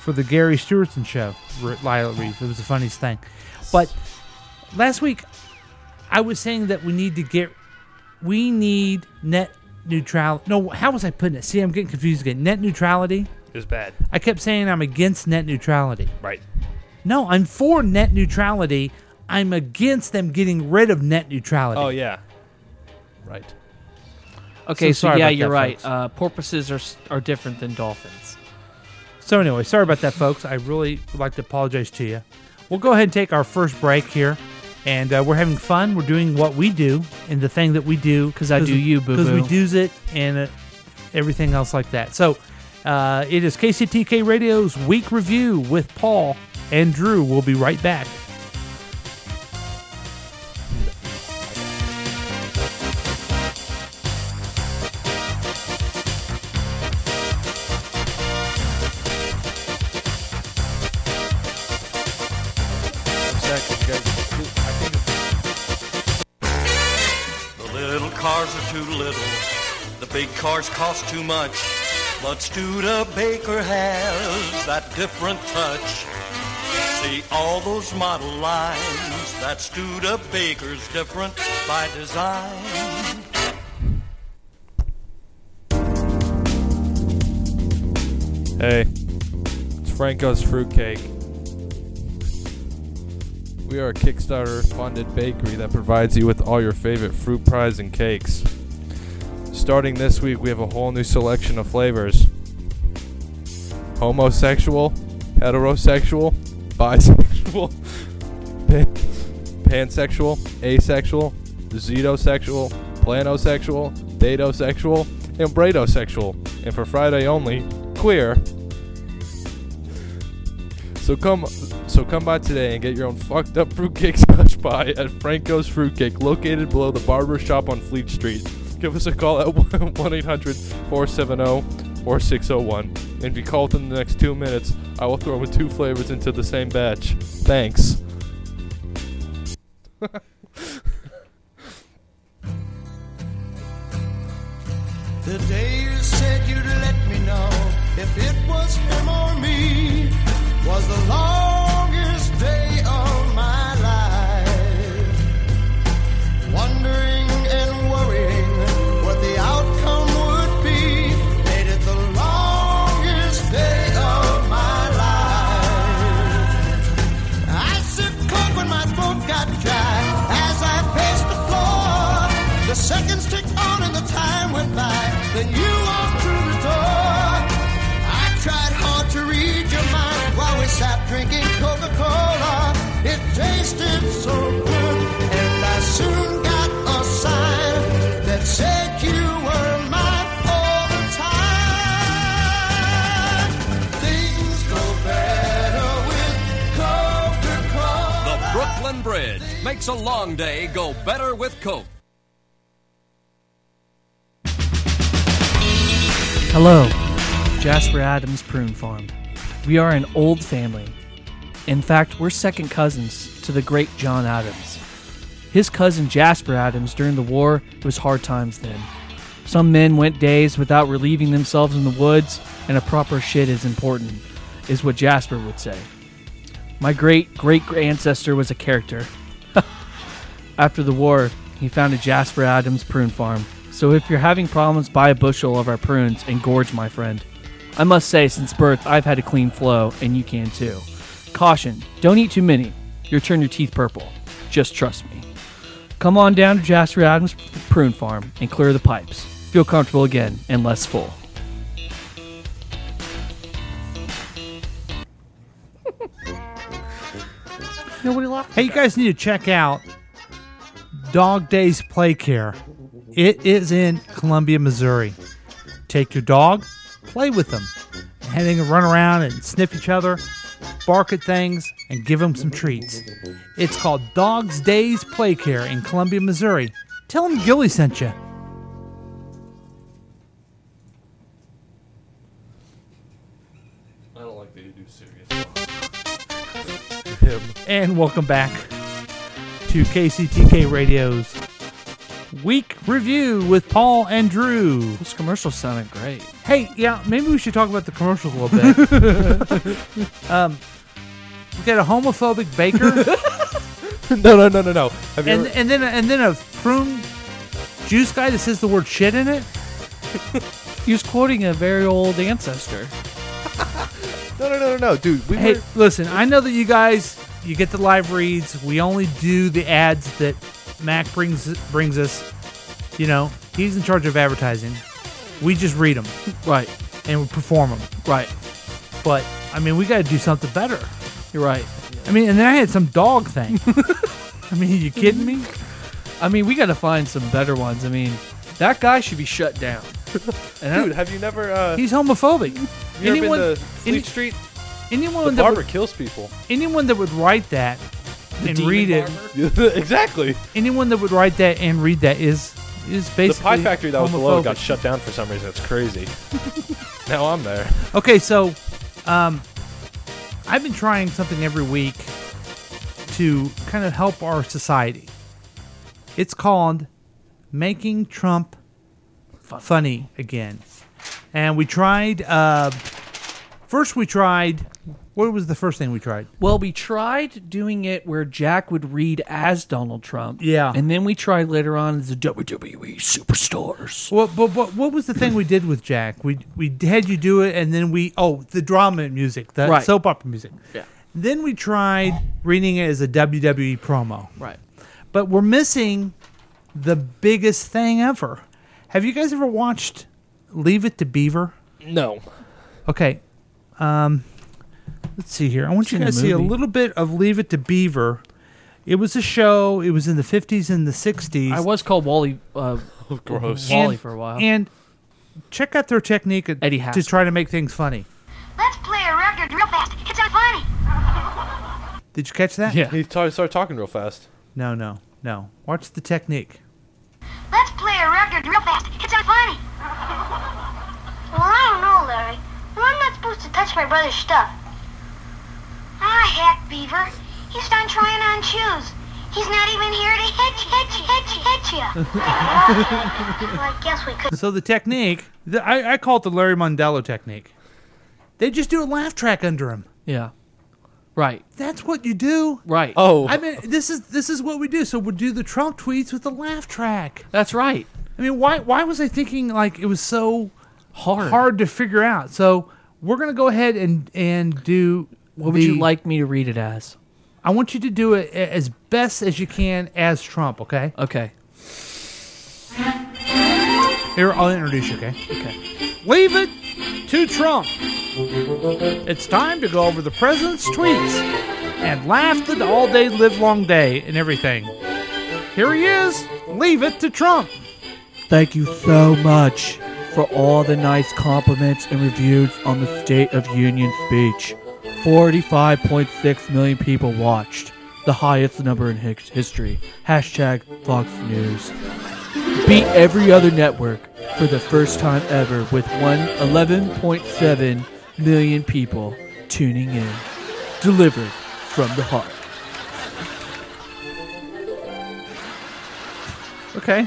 for the Gary Stewartson show. R- Lyle Reeve. It was the funniest thing. But last week, I was saying that we need to get we need net neutrality. No, how was I putting it? See, I'm getting confused again. Net neutrality. It's bad. I kept saying I'm against net neutrality. Right. No, I'm for net neutrality. I'm against them getting rid of net neutrality. Oh yeah. Right. Okay, So so, sorry yeah, about you're that, right. folks. Uh, porpoises are s- are different than dolphins. So anyway, sorry about that, folks. I really would like to apologize to you. We'll go ahead and take our first break here, and uh, we're having fun. We're doing what we do and the thing that we do 'Cause I do you, because we boo-boo. do's it and uh, everything else like that. So uh, it is KCTK Radio's week review with Paul and Drew. We'll be right back. The little cars are too little. The big cars cost too much. But Studebaker has that different touch. See all those model lines. That Studebaker's different by design. Hey, it's Franco's Fruitcake. We are a Kickstarter funded bakery that provides you with all your favorite fruit pies and cakes. Starting this week, we have a whole new selection of flavors homosexual, heterosexual, bisexual, pan- pansexual, asexual, zetosexual, planosexual, datosexual, and bradosexual. And for Friday only, queer. So come, so come by today and get your own fucked up fruitcake slush pie at Franco's Fruitcake, located below the barber shop on Fleet Street. Give us a call at 1-800-470-4601, and if you call within the next two minutes, I will throw in two flavors into the same batch. Thanks. The day you said you'd let me know if it was him or me was the longest day of my life. Wondering and worrying what the outcome would be made it the longest day of my life. I sipped coke when my throat got dry as I paced the floor. The seconds ticked on and the time went by. Then you walked through the door. I tried hard to read your Golden Bridge makes a long day go better with Coke. Hello, Jasper Adams Prune Farm. We are an old family. In fact, we're second cousins to the great John Adams. His cousin Jasper Adams during the war, it was hard times then. Some men went days without relieving themselves in the woods, and a proper shit is important, is what Jasper would say. My great great ancestor was a character. After the war, he founded Jasper Adams Prune Farm. So if you're having problems, buy a bushel of our prunes and gorge, my friend. I must say, since birth, I've had a clean flow, and you can too. Caution don't eat too many. You'll turn your teeth purple. Just trust me. Come on down to Jasper Adams Prune Farm and clear the pipes. Feel comfortable again and less full. Nobody locked. Hey, you guys need to check out Dog Days Play Care. It is in Columbia, Missouri. Take your dog, play with them, and they can run around and sniff each other, bark at things, and give them some treats. It's called Dog's Days Play Care in Columbia, Missouri. Tell them Gilly sent you. I don't like that you do serious. And welcome back to KCTK Radio's week review with Paul and Drew. Those commercials sounded great. Hey, yeah, maybe we should talk about the commercials a little bit. um, we got a homophobic baker. no, no, no, no, no. Have you And, ever- and then and then a prune juice guy that says the word shit in it. He was quoting a very old ancestor. No, no, no, no, no, dude. We hey, were, listen, I know that you guys you get the live reads. We only do the ads that Mac brings brings us. You know, he's in charge of advertising. We just read them, right, and we perform them, right. But I mean, we got to do something better. You're right. I mean, and then I had some dog thing. I mean, you kidding me? I mean, we got to find some better ones. I mean, that guy should be shut down. And I uh-huh. don't- dude, have you never? Uh, He's homophobic. you ever been to Fleet any- Street? anyone The that barber would, kills people. anyone that would write that and read it, exactly. anyone that would write that and read that is is basically The pie factory that was below homophobic. got shut down for some reason. It's crazy. now I'm there. Okay, so um, I've been trying something every week to kind of help our society. It's called Making Trump Funny Again. And we tried, uh, first we tried, what was the first thing we tried? Well, we tried doing it where Jack would read as Donald Trump. Yeah. And then we tried later on as the WWE superstars. What, but what, what was the thing we did with Jack? We we had you do it, and then we oh the drama music, the Right. soap opera music. Yeah. Then we tried reading it as a WWE promo. Right. But we're missing the biggest thing ever. Have you guys ever watched Leave It to Beaver? No. Okay. Um, let's see here. I want It's you in a guys to see a movie. little bit of Leave It to Beaver. It was a show. It was in the 50s and the 60s. I was called Wally. Uh, Gross. Wally And- for a while. And check out their technique at- Eddie to Haskell. try to make things funny. Let's play a record real fast. It's not funny. Did you catch that? He t- started talking real fast. No, no, no. Watch the technique. Let's play a record real fast. It's not funny. Well, I don't know, Oh, Larry. Well, I'm not supposed to touch my brother's stuff. Ah, heck, Beaver. He's done trying on shoes. He's not even here to hit, hit, hit, hit you. well, I guess we could. So the technique, the, I, I call it the Larry Mondello technique. They just do a laugh track under him. yeah. Right. That's what you do. Right. Oh. I mean, this is this is what we do. So we do the Trump tweets with the laugh track. That's right. I mean, why why was I thinking like it was so Hard. hard to figure out? So we're gonna go ahead and and do. What would you like me to read it as? I want you to do it a- as best as you can as Trump. Okay. Okay. Here, I'll introduce you. Okay. Okay. Leave it to Trump. It's time to go over the president's tweets and laugh the all day, live long day, and everything. Here he is. Leave it to Trump. Thank you so much for all the nice compliments and reviews on the State of Union speech. 45.6 million people watched. the highest number in his- history. Hashtag Fox News. Beat every other network for the first time ever with one 11.7 million people tuning in. Delivered from the heart. Okay.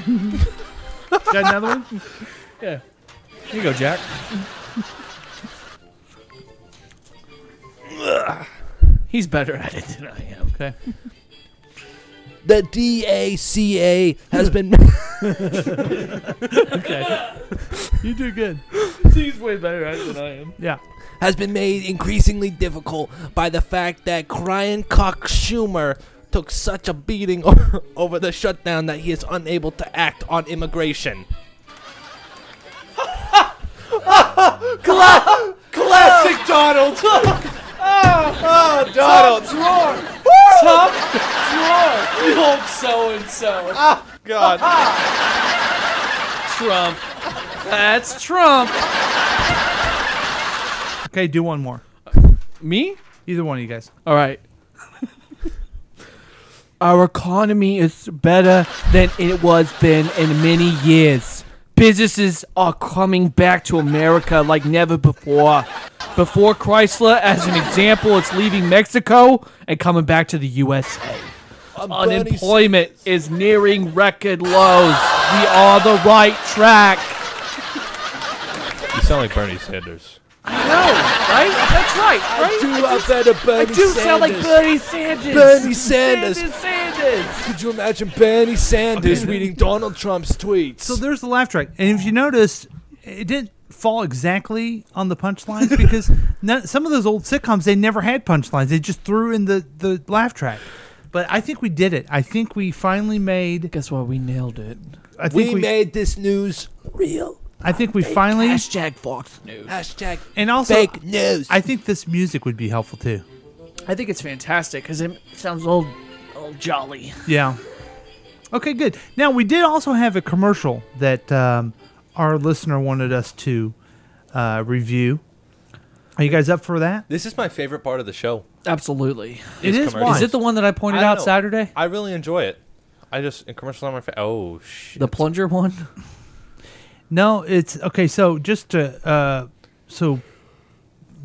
Got another one? Yeah. Here you go, Jack. He's better at it than I am. Okay. The DACA has been. okay. You do good. He's way better at it than I am. Yeah. Has been made increasingly difficult by the fact that Brian Cox Schumer took such a beating o- over the shutdown that he is unable to act on immigration. Cla- classic Donald. oh, Donald. Top drawer. Top drawer. The old so and so. God. Trump. That's Trump. Okay, do one more. Me? Either one of you guys. All right. Our economy is better than it was been in many years. Businesses are coming back to America like never before. Before Chrysler, as an example, it's leaving Mexico and coming back to the USA. Unemployment is nearing record lows. We are the right track. You sound like Bernie Sanders. No, right? That's right. right? I do a better Bernie I do sound like Sanders. Bernie Sanders. Bernie Sanders. Sanders, Sanders. Could you imagine Bernie Sanders reading Donald Trump's tweets? So there's the laugh track, and if you noticed, it didn't fall exactly on the punchlines because no, some of those old sitcoms they never had punchlines; they just threw in the the laugh track. But I think we did it. I think we finally made. Guess what? We nailed it. I think we, made this news real. I think we finally hashtag Fox News. Hashtag and also fake news. I think this music would be helpful too. I think it's fantastic because it sounds all, all jolly. Yeah. Okay, good. Now we did also have a commercial that um, our listener wanted us to uh, review. Are you guys up for that? This is my favorite part of the show. Absolutely. It is Is it the one that I pointed out Saturday? I really enjoy it. I just and commercials on my fa- oh shit. The plunger one? No, it's okay. So just to, uh, so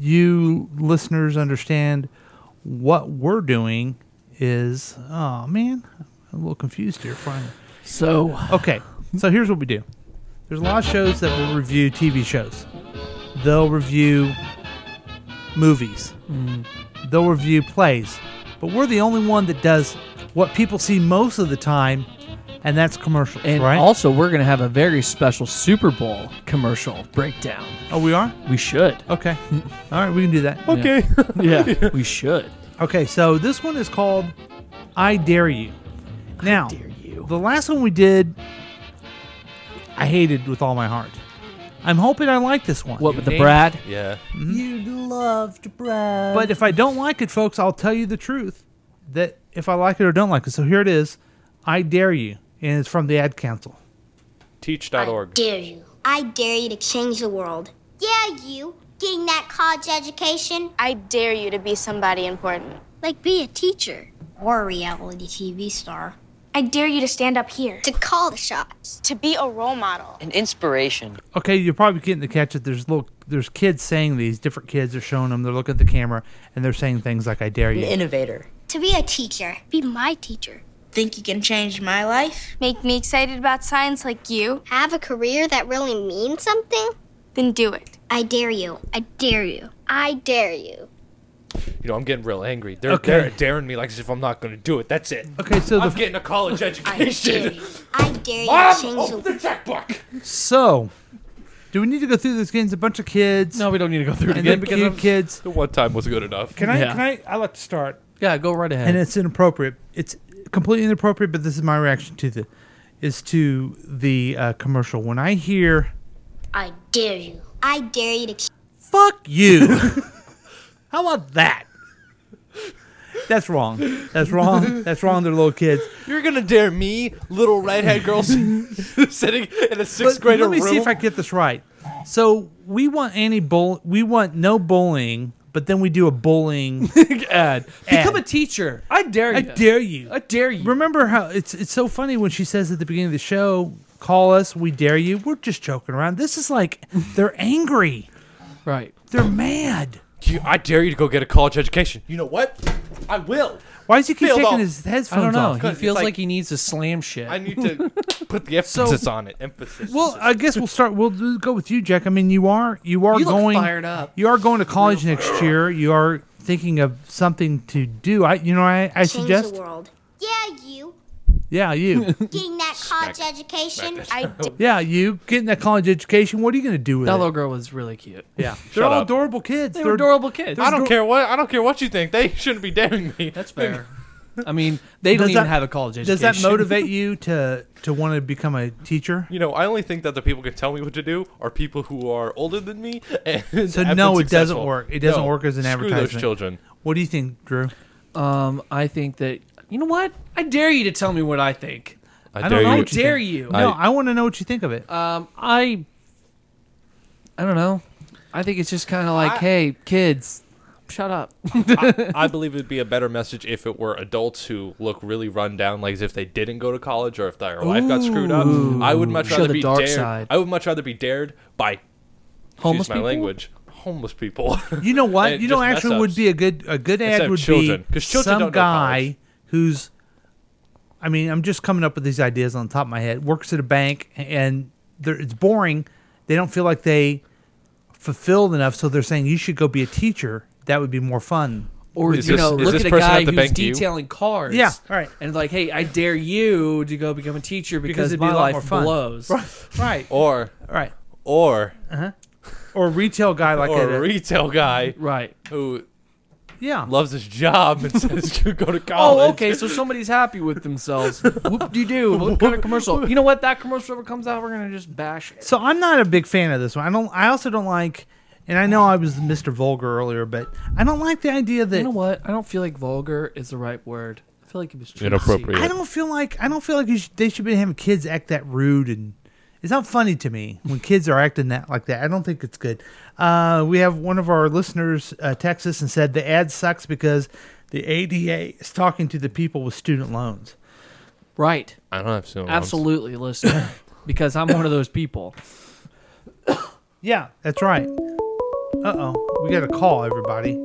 you listeners understand what we're doing is oh man, I'm a little confused here. Finally, So- okay, so here's what we do. There's a lot of shows that will review TV shows. They'll review movies. Mm. They'll review plays. But we're the only one that does what people see most of the time, and that's commercials, And right? also, we're going to have a very special Super Bowl commercial breakdown. Oh, we are? We should. Okay. All right, we can do that. Okay. Yeah. Yeah, we should. Okay, so this one is called I Dare You. Now, the last one we did, I hated with all my heart. I'm hoping I like this one. What, with the Brad? Yeah. You'd love to Brad. But if I don't like it, folks, I'll tell you the truth that if I like it or don't like it. So here it is I Dare You, and it's from the Ad Council. Teach.org. dare you. I dare you to change the world. Yeah, you. Getting that college education. I dare you to be somebody important. Like be a teacher or a reality TV star. I dare you to stand up here. To call the shots. To be a role model. An inspiration. Okay, you're probably getting the catch that there's little there's kids saying these different kids are showing them. They're looking at the camera and they're saying things like "I dare you." innovator. To be a teacher. Be my teacher. Think you can change my life? Make me excited about science like you? Have a career that really means something? Then do it. I dare you. I dare you. I dare you. You know, I'm getting real angry. They're, Okay. they're daring me like as if I'm not going to do it. That's it. Okay, so I'm the- getting a college education. I dare you Mom, to change open the checkbook. So, do we need to go through this again? It's a bunch of kids. No, we don't need to go through and then cute kids. The one time was good enough. Can I? Can I? I like to start. Yeah, go right ahead. And it's inappropriate. It's completely inappropriate, but this is my reaction to the, is to the uh, commercial. When I hear I dare you. I dare you to. "fuck you," how about that? That's wrong. That's wrong. That's wrong. They're little kids. You're gonna dare me, little redhead girl, sitting in a sixth But grader Let me room? see if I get this right. So we want any bull. We want no bullying but then we do a bullying ad. Become a teacher. I dare you. I dare you. I dare you. Remember how it's it's so funny when she says at the beginning of the show, "Call us, we dare you." We're just joking around. This is like they're angry, right? They're mad. You- I dare you to go get a college education. You know what? I will. Why does he keep Filled taking off. his I headphones don't know. off? He feels like, he needs to slam shit. I need to put the emphasis on it. Emphasis. Well, I guess we'll start. We'll do- go with you, Jack. I mean, you are you are You look going fired up. You are going to college next year. You are thinking of something to do. I, you know, I, I suggest. world. Yeah, you. Yeah, you. Getting that college education. I do. yeah, you getting that college education. What are you going to do with That it? little girl was really cute. Yeah, Shut they're all up. adorable kids. They were adorable kids. I don't care what I don't care what you think. They shouldn't be daring me. That's fair. I mean, they don't Does even that- have a college education. Does that motivate you to to want to become a teacher? You know, I only think that the people who can tell me what to do are people who are older than me. And So have no, been it doesn't successful. work. It doesn't No, work as an screw advertisement. Those children. What do you think, Drew? Um, I think that you know what? I dare you to tell me what I think. I, don't dare know you. what dare think. you. No, I, want to know what you think of it. Um, I, I don't know. I think it's just kind of like, hey, kids, shut up. I, I believe it'd be a better message if it were adults who look really run down, like as if they didn't go to college or if their life got screwed up. I would much Show rather the be dark dared. side. I would much rather be dared by excuse Homeless my people? language. Homeless people. You know what? And You know, just mess actually, would ups. be a good a good Instead ad of would children, be 'cause children some don't know guy college. who's. I mean, I'm just coming up with these ideas on the top of my head. Works at a bank, and they're, it's boring. They don't feel like they fulfilled enough, so they're saying you should go be a teacher. That would be more fun. Or Is you this- know, is look this at a person guy at the who's bank to you? detailing cars. Yeah, all right. And like, hey, I dare you to go become a teacher because, it'd be my a lot life more fun. blows. Right, right, or right. or Or a retail guy like or that. a retail guy Right. who yeah. loves his job and says you go to college. Oh, okay. So somebody's happy with themselves. Whoop de doo. What kind of commercial? You know what? That commercial ever comes out, we're gonna just bash it. So I'm not a big fan of this one. I don't. I also don't like. And I know I was Mr. Vulgar earlier, but I don't like the idea that You know what? I don't feel like vulgar is the right word. I feel like it was cheesy. Inappropriate. I don't feel like I don't feel like you should, they should be having kids act that rude and it's not funny to me when kids are acting that like that. I don't think it's good. Uh, we have one of our listeners uh, text us and said the ad sucks because the ADA is talking to the people with student loans. Right. I don't have so much. Absolutely, listen, because I'm one of those people. Yeah, that's right. Uh oh, we got a call, everybody.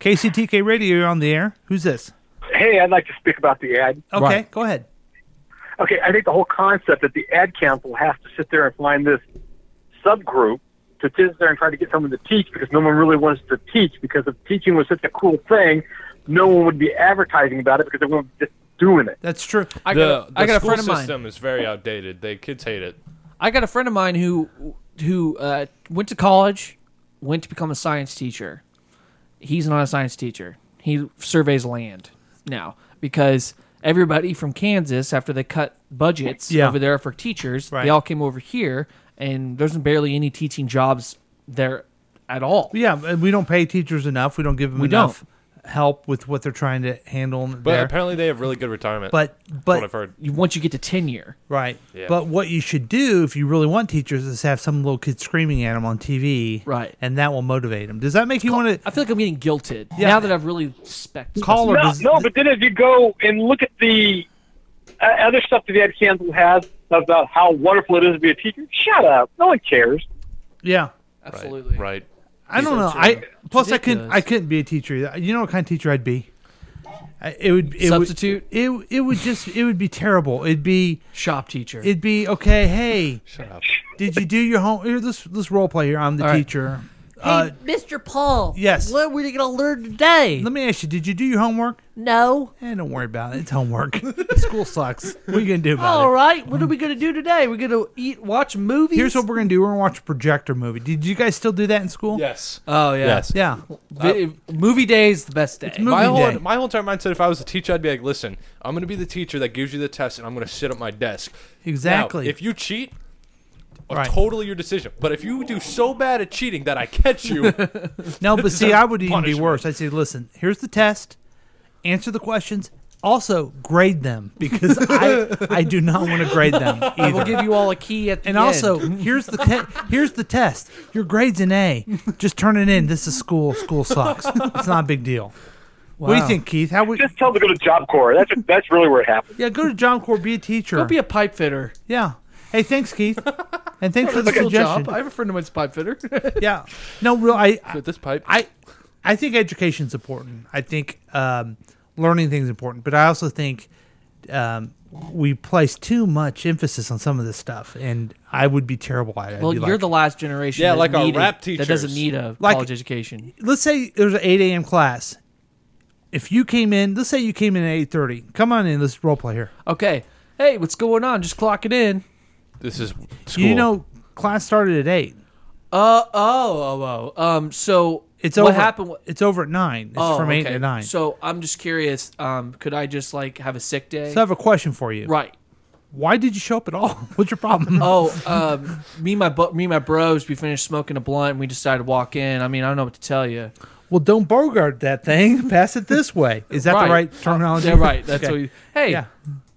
KCTK Radio, you're on the air. Who's this? Hey, I'd like to speak about the ad. Okay, Right. go ahead. Okay, I think the whole concept that the ad council has to sit there and find this subgroup to sit there and try to get someone to teach because no one really wants to teach because if teaching was such a cool thing, no one would be advertising about it because everyone would be just doing it. That's true. I The, got, the a, I got a school friend of mine. system is very outdated. They kids hate it. I got a friend of mine who who uh, went to college, went to become a science teacher. He's not a science teacher. He surveys land now because everybody from Kansas, after they cut budgets Yeah. over there for teachers, Right. they all came over here, and there's barely any teaching jobs there at all. Yeah, but we don't pay teachers enough. We don't give them We enough help with what they're trying to handle. But there. apparently they have really good retirement. But from what I've but heard. You, once you get to tenure, right. Yeah. But what you should do if you really want teachers is have some little kid screaming at them on TV. Right. And that will motivate them. Does that make you want I to feel like I'm getting guilted now that I've really spec. call or No, does- no, but then if you go and look at the uh, other stuff that the ad council has about how wonderful it is to be a teacher, shut up. No one cares. Yeah. absolutely Right. I don't so know. true. I It's plus I couldn't ridiculous. I couldn't be a teacher. You know what kind of teacher I'd be? I, it would it Substitute? Would, it it would just it would be terrible. It'd be shop teacher. it'd be okay. Hey, Shut up. did you do your home? Here, let's let's role play here. I'm the All right. teacher. Uh, Mr. Paul. yes. What were you going to learn today? Let me ask you, did you do your homework? no. Eh, don't worry about it. It's homework. School sucks. What are you gonna do about All it? right. What are we going to do today? We're going to eat, watch movies. Here's what we're gonna do. We're gonna watch a projector movie. Did you guys still do that in school? Yes. Uh, oh yeah. Yes. Yeah. Vi- movie day is the best day. movie My day. whole, my whole entire mindset, if I was a teacher, I'd be like, listen, I'm going to be the teacher that gives you the test and I'm going to sit at my desk. Exactly. Now, if you cheat, uh, Right. totally your decision. But if you do so bad at cheating that I catch you, No, but see, I would even be punishment. worse. I'd say, listen, here's the test. Answer the questions. Also, grade them because I I do not want to grade them. Either. I will give you all a key at the and end. also, here's the te- here's the test. Your grade's an A. Just turn it in. This is school. School sucks. It's not a big deal. What do you Wow. think, Keith? How would Just tell them to go to Job Corps. That's that's really where it happens. yeah? Go to John Corps. Be a teacher. Go be a pipe fitter. Yeah. Hey, thanks, Keith. And thanks for the That's a cool suggestion. job. I have a friend of mine's a pipe fitter. yeah. No, real. I Fit this pipe. I I think education's important. I think um, learning things important, but I also think um, we place too much emphasis on some of this stuff, and I would be terrible at it. I'd Well, be you're like- the last generation. Yeah, that like our needed- rap that doesn't teachers. need a Like- college education. let's say there's an 8 a.m. class. If you came in, let's say you came in at 8:30. Come on in. Let's role play here. Okay. Hey, what's going on? Just clock it in. This is You know, class started at eight. Uh oh oh oh. Um. So It's over. what happened? wa- It's over at nine. It's oh, from eight okay. to nine. So, So I'm just curious. Um. Could I just like have a sick day? I have a question for you. Right. Why did you show up at all? What's your problem? Oh, um, me and my bu- me and my bros, we finished smoking a blunt and we decided to walk in. I mean, I don't know what to tell you. Well, don't bogart that thing. Pass it this way. Is that the right terminology? Yeah, right. That's Okay. what. You, hey, Yeah.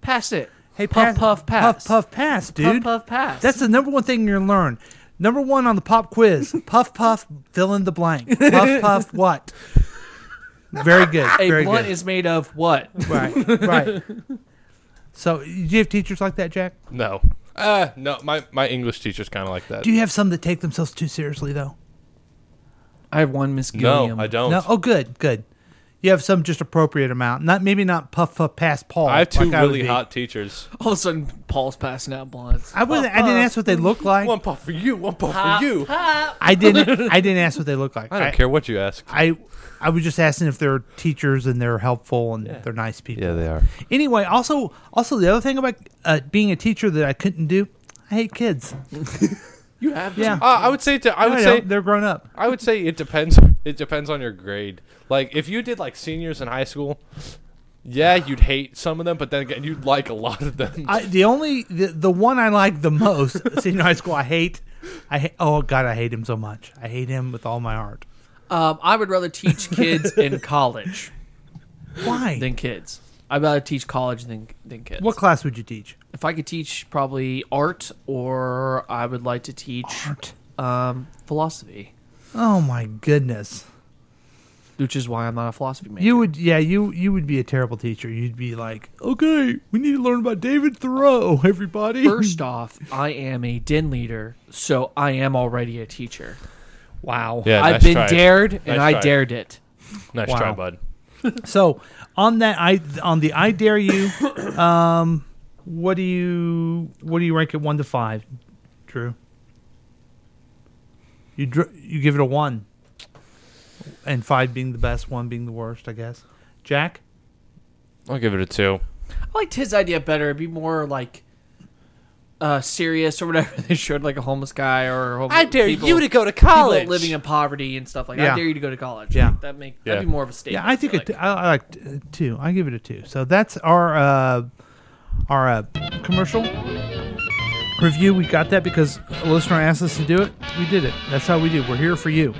pass it. Hey, puff, pass- puff, pass. Puff, puff, pass, dude. puff, pass. That's the number one thing you're gonna learn. Number one on the pop quiz. puff, puff, fill in the blank. Puff, puff, what? Very good. A very blunt good. is made of what? Right, right. So, do you have teachers like that, Jack? No. Uh, no. My, my English teacher's kind of like that. Do you have some that take themselves too seriously, though? I have one Miss No, Gilliam. I don't. No. Oh, good, good. You have some just appropriate amount. Not maybe not puff, puff, pass, Paul. I have two like would really be. hot teachers. All of a sudden, Paul's passing out blunts. I wasn't. I didn't ask what they look like. One puff for you. One puff Pop, for you. I didn't. I didn't ask what they look like. I don't care what you ask. I, I was just asking if they're teachers and they're helpful and they're nice people. Yeah, they are. Anyway, also, also the other thing about uh, being a teacher that I couldn't do, I hate kids. You have Yeah. Uh, I would say to, I No, would I say don't. they're grown up. I would say it depends. It depends on your grade. Like if you did like seniors in high school, yeah, you'd hate some of them, but then again, you'd like a lot of them. I, the only the, the one I like the most senior high school. I hate. I hate, oh god, I hate him so much. I hate him with all my heart. Um, I would rather teach kids in college Why? than kids. I'd rather teach college than than kids. What class would you teach? If I could teach probably art, or I would like to teach Um, philosophy, Oh my goodness. which is why I'm not a philosophy major. You would, yeah, you you would be a terrible teacher. You'd be like, okay, we need to learn about David Thoreau, everybody. First off, I am a den leader, so I am already a teacher. Wow. Yeah, I've nice been try. dared and Nice I try. dared it. nice Wow. try, bud. so on that, I on the I dare you. Um, what do you what do you rank it one to five, Drew? You dr- you give it a one, and five being the best, one being the worst, I guess. Jack, I'll give it a two. I liked his idea better. It'd be more like uh, serious or whatever. they showed like a homeless guy or homeless I dare people- you to go to people college. living in poverty and stuff like that. Yeah. I dare you to go to college. Yeah. Like, that make that'd be more of a statement. Yeah, I think it, I, I like t- uh, two. I give it a two. So that's our uh, our uh, commercial review. We got that because a listener asked us to do it. We did it. That's how we do. We're here for you.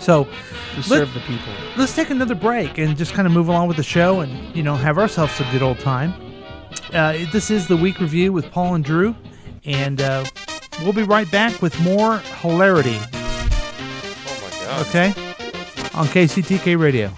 So We let- serve the people. Let's take another break and just kind of move along with the show and you know have ourselves a good old time. Uh, this is the week review with Paul and Drew, and uh, we'll be right back with more hilarity. Oh my god. Okay, on KCTK Radio.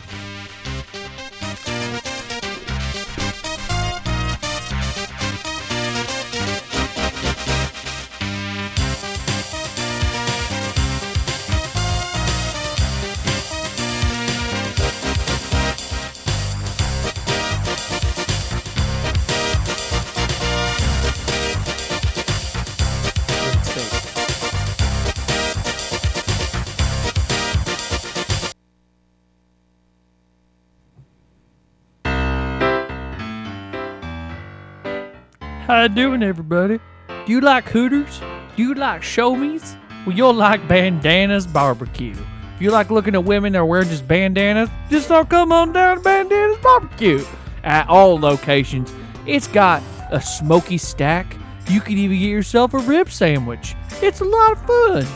How you doing, everybody? Do you like Hooters? Do you like show me's? Well, you'll like Bandana's Barbecue. If you like looking at women that wear just bandanas, just don't come on down to Bandana's Barbecue. At all locations, it's got a smoky stack. You can even get yourself a rib sandwich. It's a lot of fun.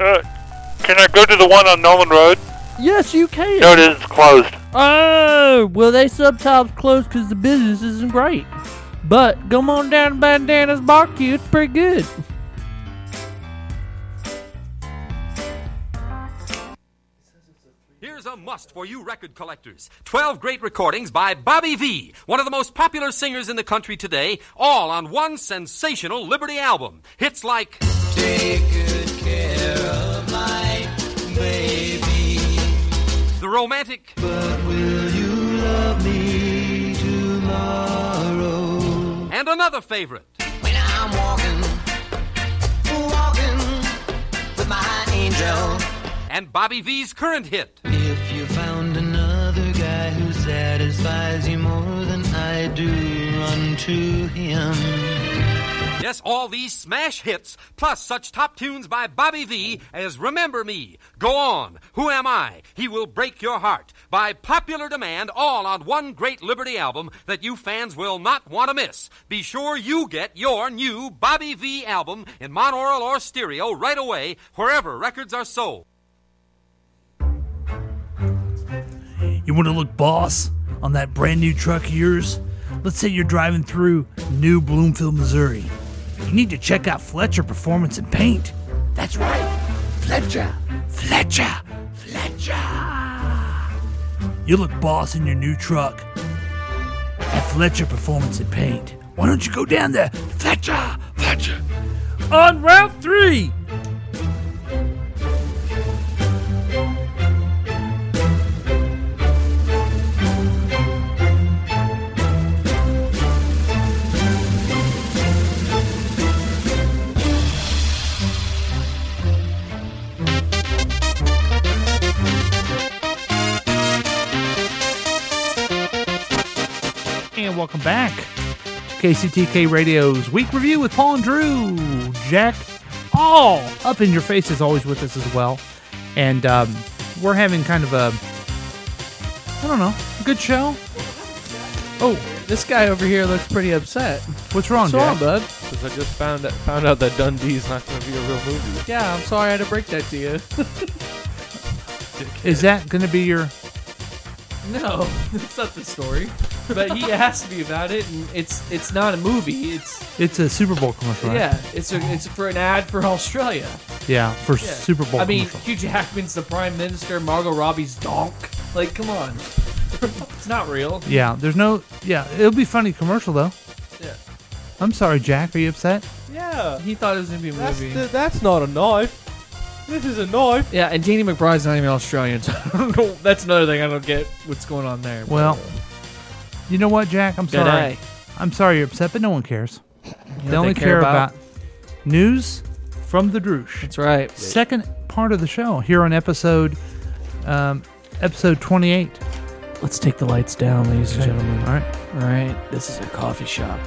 Uh, can I go to the one on Nolan Road? Yes, you can. No, it is closed. Oh, well, they sometimes close because the business isn't great. But come on down to Bandana's Barbecue, it's pretty good. Here's a must for you record collectors 12 great recordings by Bobby V, one of the most popular singers in the country today, all on one sensational Liberty album. Hits like. The romantic. And another favorite. I'm walking, walking with my angel. And Bobby V's current hit. If you found another guy who satisfies you more than I do, run to him. Yes, all these smash hits, plus such top tunes by Bobby V as Remember Me, Go On, Who Am I, He Will Break Your Heart, by popular demand, all on one great Liberty album that you fans will not want to miss. Be sure you get your new Bobby V album in monaural or stereo right away, wherever records are sold. You want to look boss on that brand new truck of yours? Let's say you're driving through New Bloomfield, Missouri. You need to check out Fletcher Performance and Paint. That's right, Fletcher, Fletcher, Fletcher. You look boss in your new truck at Fletcher Performance and Paint. Why don't you go down there, Fletcher, Fletcher? On Route 3! And welcome back to KCTK Radio's Week Review with Paul and Drew. Jack all up in your face is always with us as well. And um, we're having kind of a, I don't know, good show. Oh, this guy over here looks pretty upset. What's wrong, What's wrong, Jack? bud? Because I just found out, found out that Dundee's not going to be a real movie. Yeah, I'm sorry I had to break that to you. Is that going to be your, no, that's not the story. But he asked me about it, and it's it's not a movie. It's it's a Super Bowl commercial, right? yeah, it's a, it's for an ad for Australia. Yeah, for Super Bowl I mean, commercial. Hugh Jackman's the prime minister. Margot Robbie's donk. Like, come on, it's not real. Yeah, there's no, yeah, it'll be funny commercial though. Yeah. I'm sorry, Jack, are you upset? Yeah, he thought it was gonna be a That's movie. the- that's not a knife. This is a knife. yeah, and Danny McBride's not even Australian. So I don't know. That's another thing I don't get. What's going on there? but- uh, Well, you know what, Jack? I'm Good sorry. eye. I'm sorry you're upset, but no one cares. what they only they care care about? about? news from the Droosh. That's right. Second part of the show here on episode um, episode 28. Let's take the lights down, ladies and Okay. gentlemen. All right. All right. This is a coffee shop.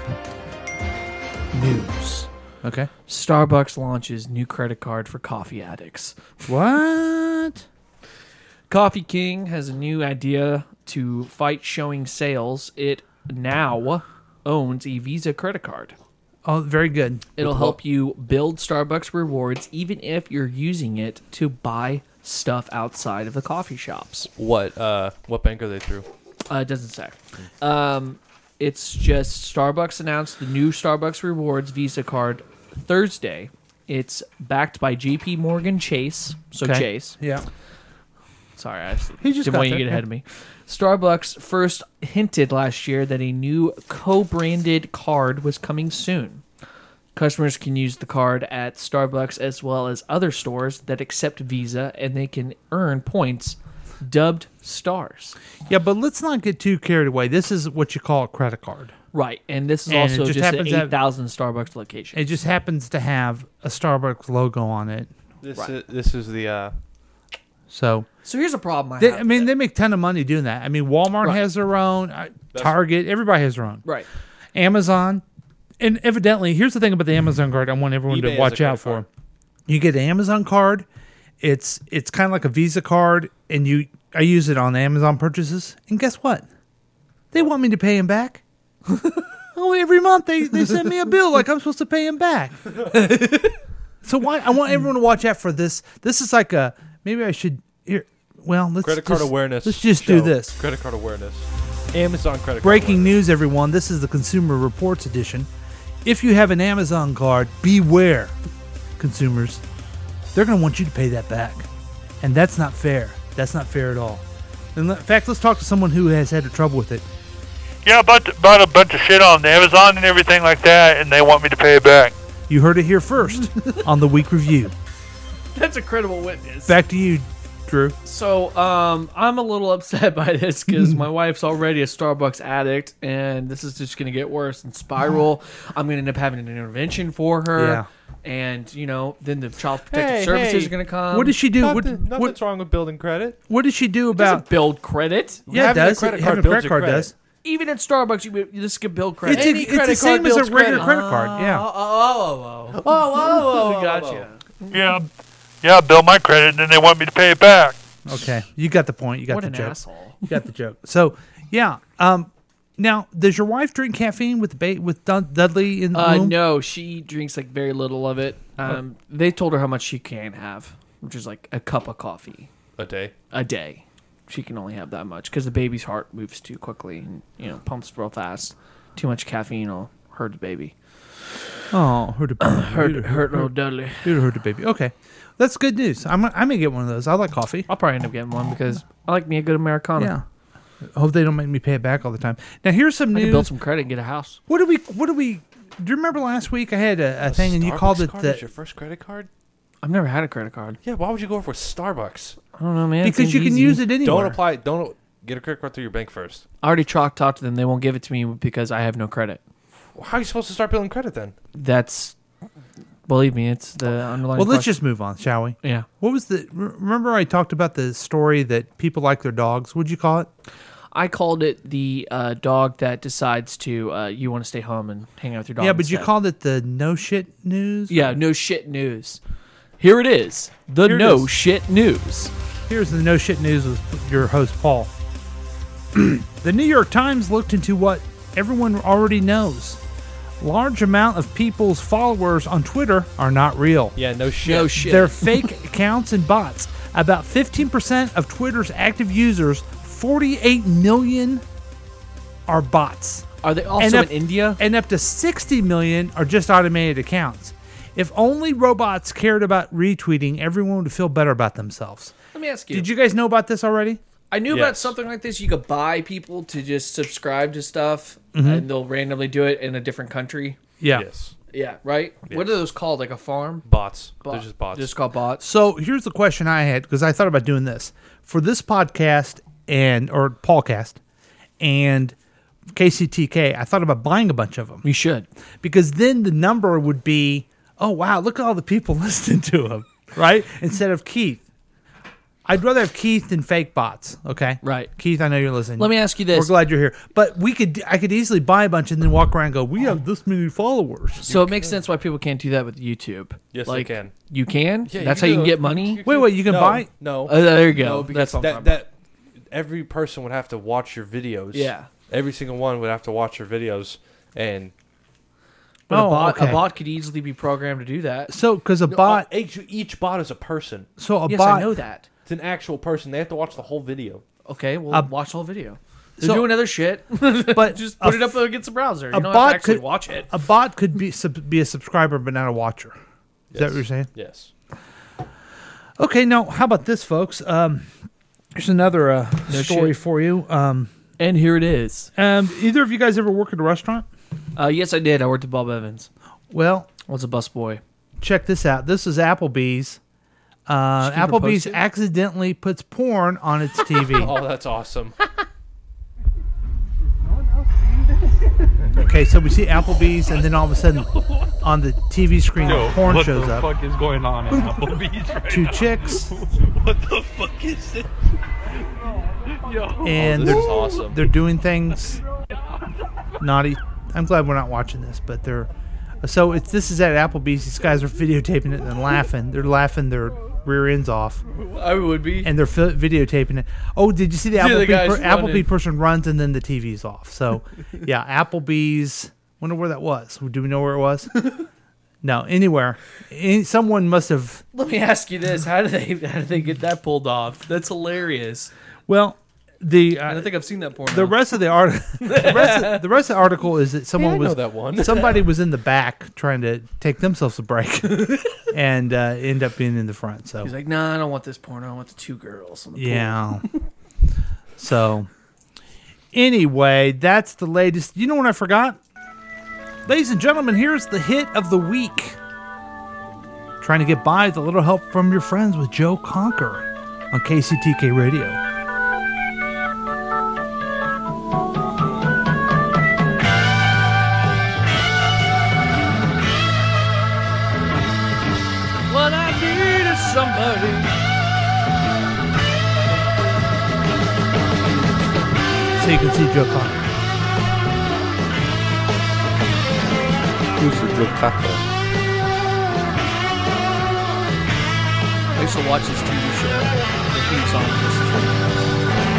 News. Okay. Starbucks launches new credit card for coffee addicts. What? Coffee King has a new idea to fight showing sales. It now owns a Visa credit card. Oh, very good. It'll Well- help you build Starbucks rewards even if you're using it to buy stuff outside of the coffee shops. What uh, what bank are they through? Uh, it doesn't say. Um, it's just Starbucks announced the new Starbucks Rewards Visa card Thursday. It's backed by J.P. Morgan Chase. So Okay. Chase. Yeah. Sorry, I just, He just didn't got want you there, to get yeah. ahead of me. Starbucks first hinted last year that a new co-branded card was coming soon. Customers can use the card at Starbucks as well as other stores that accept Visa, and they can earn points dubbed stars. Yeah, but let's not get too carried away. This is what you call a credit card. Right, and this is And it also just just, an happens to have- eight thousand Starbucks location. It just happens to have a Starbucks logo on it. This, Right. is, this is the. Uh, So So here's a problem I They, have. I mean, they make ton of money doing that. I mean, Walmart Right. has their own, uh, Target, everybody has their own. Right. Amazon, and evidently, here's the thing about the Amazon card. I want everyone Mm-hmm. eBay to has watch a out for. You get an Amazon card. It's it's kind of like a Visa card, and you I use it on Amazon purchases. And guess what? They want me to pay them back. oh, every month they they send me a bill like I'm supposed to pay them back. so why I want everyone to watch out for this. This is like a maybe I should here. well, let's credit card just- awareness. Let's just do show. this. Credit card awareness. Amazon credit card. Breaking news, everyone. This is the Consumer Reports edition. If you have an Amazon card, beware, consumers. They're going to want you to pay that back. And that's not fair. That's not fair at all. In le- fact, let's talk to someone who has had trouble with it. Yeah, I bought, bought a bunch of shit on Amazon and everything like that, and they want me to pay it back. You heard it here first on the week review. That's a credible witness. Back to you, Drew. So, um, I'm a little upset by this because my wife's already a Starbucks addict, and this is just going to get worse and spiral. I'm going to end up having an intervention for her. And, you know, then the child protective services are going to come. What does she do? What- Nothing- what- nothing's wrong with building credit. What did she do doesn't about build credit? Yeah, it Having a does. credit Having card a builds credit your card credit. does. Even at Starbucks, you, you- this could build credit. It's a- Any it's credit the same card as a builds regular credit. credit card, yeah. Oh, oh, oh, oh, oh, oh, oh, gotcha. Yeah, yeah, I bill my credit, and then they want me to pay it back. Okay, you got the point. You got What the an joke. asshole. You got the joke. So yeah. Um, now does your wife drink caffeine with ba- with Dun- Dudley in the Uh, room? no, she drinks like very little of it. Um, They told her how much she can have, which is like a cup of coffee a day. A day, she can only have that much because the baby's heart moves too quickly and you know pumps real fast. Too much caffeine will hurt the baby. Oh, hurt a baby. Hurt- You'd hurt old Dudley. You'd hurt a baby. Okay, that's good news. I'm I may get one of those. I like coffee. I'll probably end up getting one because I like me a good Americano. Yeah. Hope they don't make me pay it back all the time. Now here's some I news. can build some credit and get a house. What do we? What do we? Do you remember last week I had a, a thing and you Starbucks called it card the is your first credit card? I've never had a credit card. Yeah, why would you go for Starbucks? I don't know, man. It Because seems you can easy. use it Don't anywhere. apply. Don't get a credit card through your bank first. I already chalk talked to them. They won't give it to me because I have no credit. How are you supposed to start building credit then? That's believe me, it's the underlying. Well, let's question. just move on, shall we? Yeah. What was the? re- Remember I talked about the story that people like their dogs. Would you call it? I called it the uh, dog that decides to uh, you want to stay home and hang out with your dog. yeah, but you instead. called it the no shit news. yeah no shit news. Here it is, the Here it no is. shit news. Here's the no shit news with your host, Paul. the New York Times looked into what everyone already knows large amount of people's followers on Twitter are not real. Yeah, no shit. No shit. They're fake accounts and bots. About 15% of Twitter's active users, 48 million, are bots. Are they also in India? And up to 60 million are just automated accounts. If only robots cared about retweeting, everyone would feel better about themselves. Let me ask you. Did you guys know about this already? I knew Yes. about something like this. You could buy people to just subscribe to stuff, Mhm. and they'll randomly do it in a different country. Yeah. Yes. Yeah. Right. What are those called? Like a farm? Bots. Bot. They're just bots. Just called bots. So here's the question I had because I thought about doing this for this podcast and or Paulcast and KCTK. I thought about buying a bunch of them. You should because then the number would be oh wow look at all the people listening to them right instead of Keith. I'd rather have Keith than fake bots. Okay, right, Keith. I know you're listening. Let me ask you this. We're glad you're here, but we could I could easily buy a bunch and then walk around and go we have this many followers. So it makes sense why people can't do that with YouTube. Yes, they like, can. You can. Yeah, That's you how you do. can get money. Wait, wait, you can no, buy- No. Oh, there you go. No, because That's what I'm that, talking that every person would have to watch your videos. Yeah. Every single one would have to watch your videos, and But Oh, a, bot, okay. a bot oh, could easily be programmed to do that. So because a No, bot uh, each, each bot is a person. So a yes, bot I know that. It's an actual person. They have to watch the whole video. Okay, well, A- watch the whole video. They're So- doing other shit. But just put a it up f- against the browser. You a don't have bot to actually could watch it. A bot could be sub, be a subscriber but not a watcher. Is that what you're saying? Yes. Okay, now how about this, folks? Um, here's another uh, No story shit. for you. Um, and here it is. Um, either of you guys ever work at a restaurant? Uh, yes, I did. I worked at Bob Evans. Well, I was a busboy. check this out. This is Applebee's. Uh, She never Applebee's posted? accidentally puts porn on its TV. oh, that's awesome. okay, so we see Applebee's, and then all of a sudden, on the TV screen, porn what shows the up. fuck is going on at Applebee's right Two now? chicks. what the fuck is this? Yo. Oh, and they're they're doing things naughty. I'm glad we're not watching this, but they're so it's this is at Applebee's. These guys are videotaping it and laughing. They're laughing their rear ends off, I would be. and they're fi- videotaping it. Oh, did you see the Yeah, the Applebee guy's per- running. Applebee person runs and then the TV's off? So yeah, Applebee's. Wonder where that was. Do we know where it was? No, anywhere. Any, someone must have. Let me ask you this: How do they how do they get that pulled off? That's hilarious. Well, the I uh, don't think I've seen that porn. the rest of the art, the rest of, the rest of the article is that someone I know was that one. somebody was in the back trying to take themselves a break, and uh, end up being in the front. So He's like, no, nah, I don't want this porno. I want the two girls. on the Yeah. so, anyway, that's the latest. You know what I forgot? Ladies and gentlemen, here's the hit of the week. Trying to get by with a little help from your friends with Joe Conker on KCTK Radio. pool. What I need is somebody. So you can see Joe Conker. Who's the Joe Cocker? I used to watch this TV show. The theme song. was just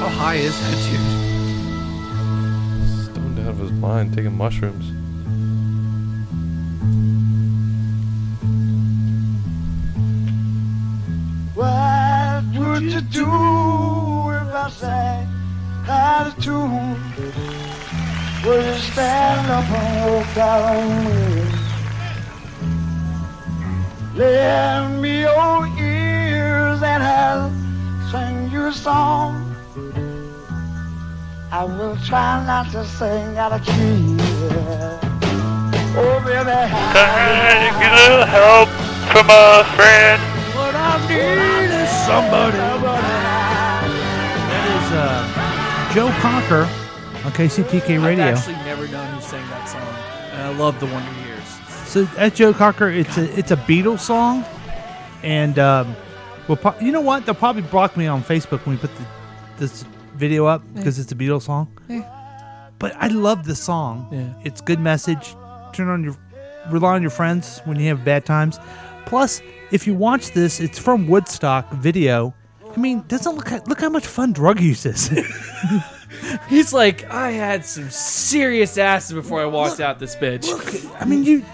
How high is that dude? Stoned out of his mind, taking mushrooms. What would you do if I sang out of tune? Would you stand up and walk out on me? Lend me your ears and I'll sing you a song. I will try not to sing out of key. Oh, baby, Trying to get a little help from a friend. what I need is somebody. That is uh, Joe Conker on KCTK Radio. I've actually never known who sang that song. And I love the Wonder Years. So at Joe Cocker, it's a it's a Beatles song, and um, well, pro- you know what? They'll probably block me on Facebook when we put the, this video up because it's a Beatles song. Eh. But I love the song. Yeah. It's good message. Turn on your rely on your friends when you have bad times. Plus, if you watch this, it's from Woodstock video. I mean, doesn't look at- look how much fun drug use is. He's like, I had some serious asses before I walked out this bitch. I mean, you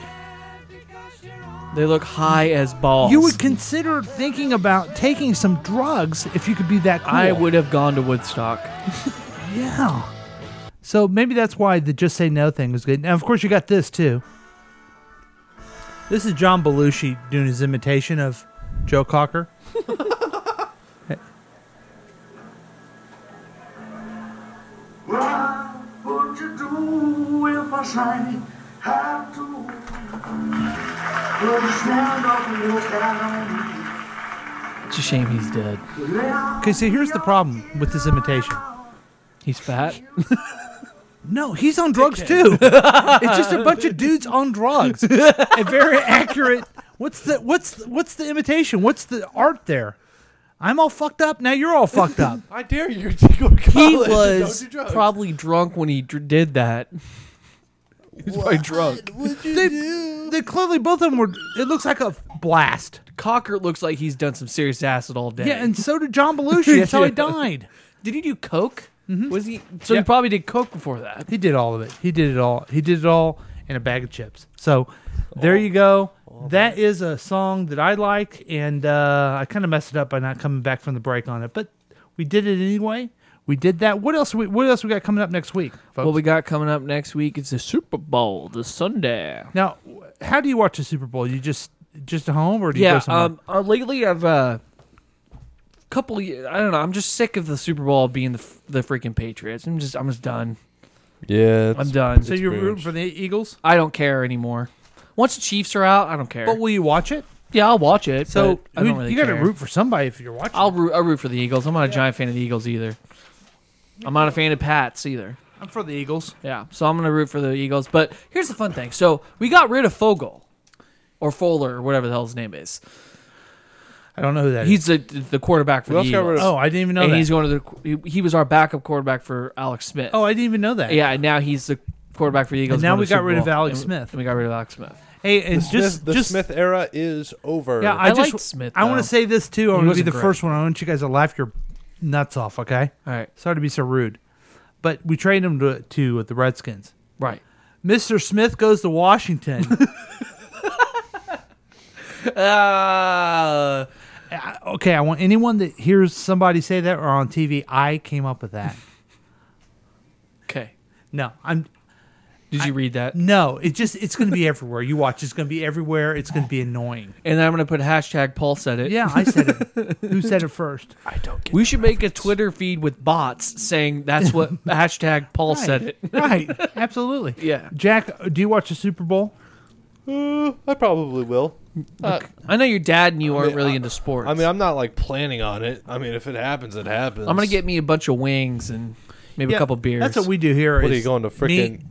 They look high as balls. you would consider thinking about taking some drugs if you could be that cool. I would have gone to Woodstock. Yeah. So maybe that's why the just say no thing was good. Now, of course, you got this too. This is John Belushi doing his imitation of Joe Cocker. What would you do if I sang how to? Would you stand up and look at me? It's a shame he's dead. Okay, so here's the problem with this imitation. He's fat. No, he's on drugs too. it's just a bunch of dudes on drugs. A very accurate. What's the what's what's the imitation? What's the art there? I'm all fucked up. Now you're all fucked up. I dare you to go to He college. was Don't do drugs. probably drunk when he dr- did that. He's probably drunk. they, they clearly both of them were. It looks like a blast. Cocker looks like he's done some serious acid all day. Yeah, and so did John Belushi. That's how he Yeah. died. did he do coke? Was he? Mm-hmm. So Yeah. he probably did coke before that. He did all of it. He did it all. He did it all in a bag of chips. So there you go. That is a song that I like, and uh, I kind of messed it up by not coming back from the break on it, but we did it anyway. We did that. What else? We, what else we got coming up next week, folks? What we got coming up next week? It's the Super Bowl, the Sunday. now, how do you watch the Super Bowl? You just just at home, or do you go Yeah. somewhere? Um. Uh, lately, I've uh, couple. ye- I don't know. I'm just sick of the Super Bowl being the f- the freaking Patriots. I'm just. I'm just done. Yeah. I'm done. so you're rooting for the Eagles, I don't care anymore. Once the Chiefs are out, I don't care. but will you watch it? yeah, I'll watch it. So but I don't who- really you got to care. root for somebody if you're watching. I'll root, I'll root for the Eagles. I'm not a giant fan of the Eagles either. I'm not a fan of Pats either. I'm for the Eagles. Yeah, so I'm gonna root for the Eagles. But here's the fun thing: so we got rid of Fogel, or Fowler, or whatever the hell his name is. I don't know who that is. He's the the quarterback for We the also got rid Eagles. of- Oh, I didn't even know and that. he's going to the. He, he was our backup quarterback for Alex Smith. oh, I didn't even know that. yeah. And now he's the quarterback for the Eagles. now going to we got Super rid of Bowl. Alex And we- Smith. And we got rid of Alex Smith. Hey, and the just- Smith, the just- Smith era is over. Yeah, I, just I want to say this too. I want to be the first one. I want you guys to laugh your nuts off. Okay. All right. Sorry to be so rude, but we traded him to to the Redskins. Right. Mr. Smith goes to Washington. uh, okay, I want anyone that hears somebody say that or on TV. I came up with that. Okay. No, I'm. Did you read that? No, it just it's going to be everywhere. You watch, it's going to be everywhere. It's going to be annoying. And I'm gonna put hashtag Paul said it. Yeah, I said it. Who said it first? I don't. Get we should make a Twitter feed with bots saying that's what hashtag Paul said it. right, absolutely. Yeah. Jack, do you watch the Super Bowl? Uh, I probably will. Uh, I know your dad and you aren't really into sports. I mean, I'm not like planning on it. I mean, if it happens, it happens. I'm gonna get me a bunch of wings and maybe a Yeah, couple beers. that's what we do here What are is you going to me- freaking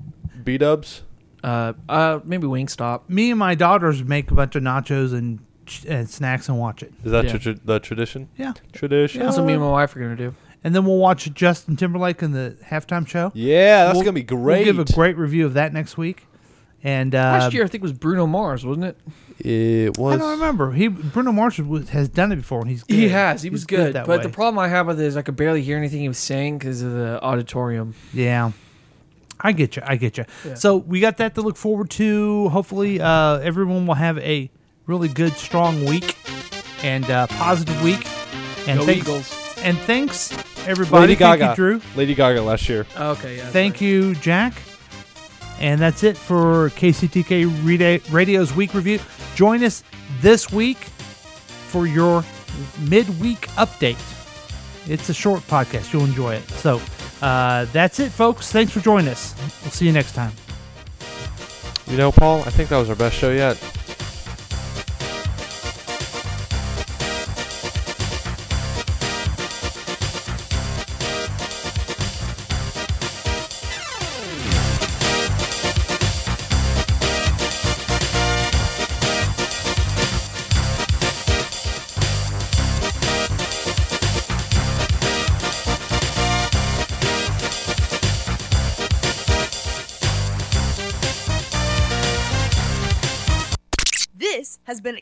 B Dubs? Uh, uh, maybe Wingstop. Me and my daughters make a bunch of nachos and, ch- and snacks and watch it. Is that tr- tr- the tradition? Yeah. Tradition. That's what me and my wife are gonna do. And then we'll watch Justin Timberlake in the halftime show. Yeah, that's We'll- gonna be We'll give a great. great review of that next week. And uh, Last year I think it was Bruno Mars, wasn't it? It I don't remember. He Bruno Mars was, has done it before, and he's good. He has. He He's was good. that but way. the problem I have with it is I could barely hear anything he was saying because of the auditorium. Yeah. I get you. I get you. Yeah. So we got that to look forward to. Hopefully, uh, everyone will have a really good, strong week and uh, positive week. And Go thanks, Eagles. And thanks, everybody. Lady Gaga. Thank you, Drew. Lady Gaga last year. Okay. Yeah. Thank you, Jack. And that's it for KCTK Reda- Radio's week review. Join us this week for your midweek update. It's a short podcast. You'll enjoy it. So uh, that's it, folks. Thanks for joining us. We'll see you next time. You know, Paul, I think that was our best show yet. This has been a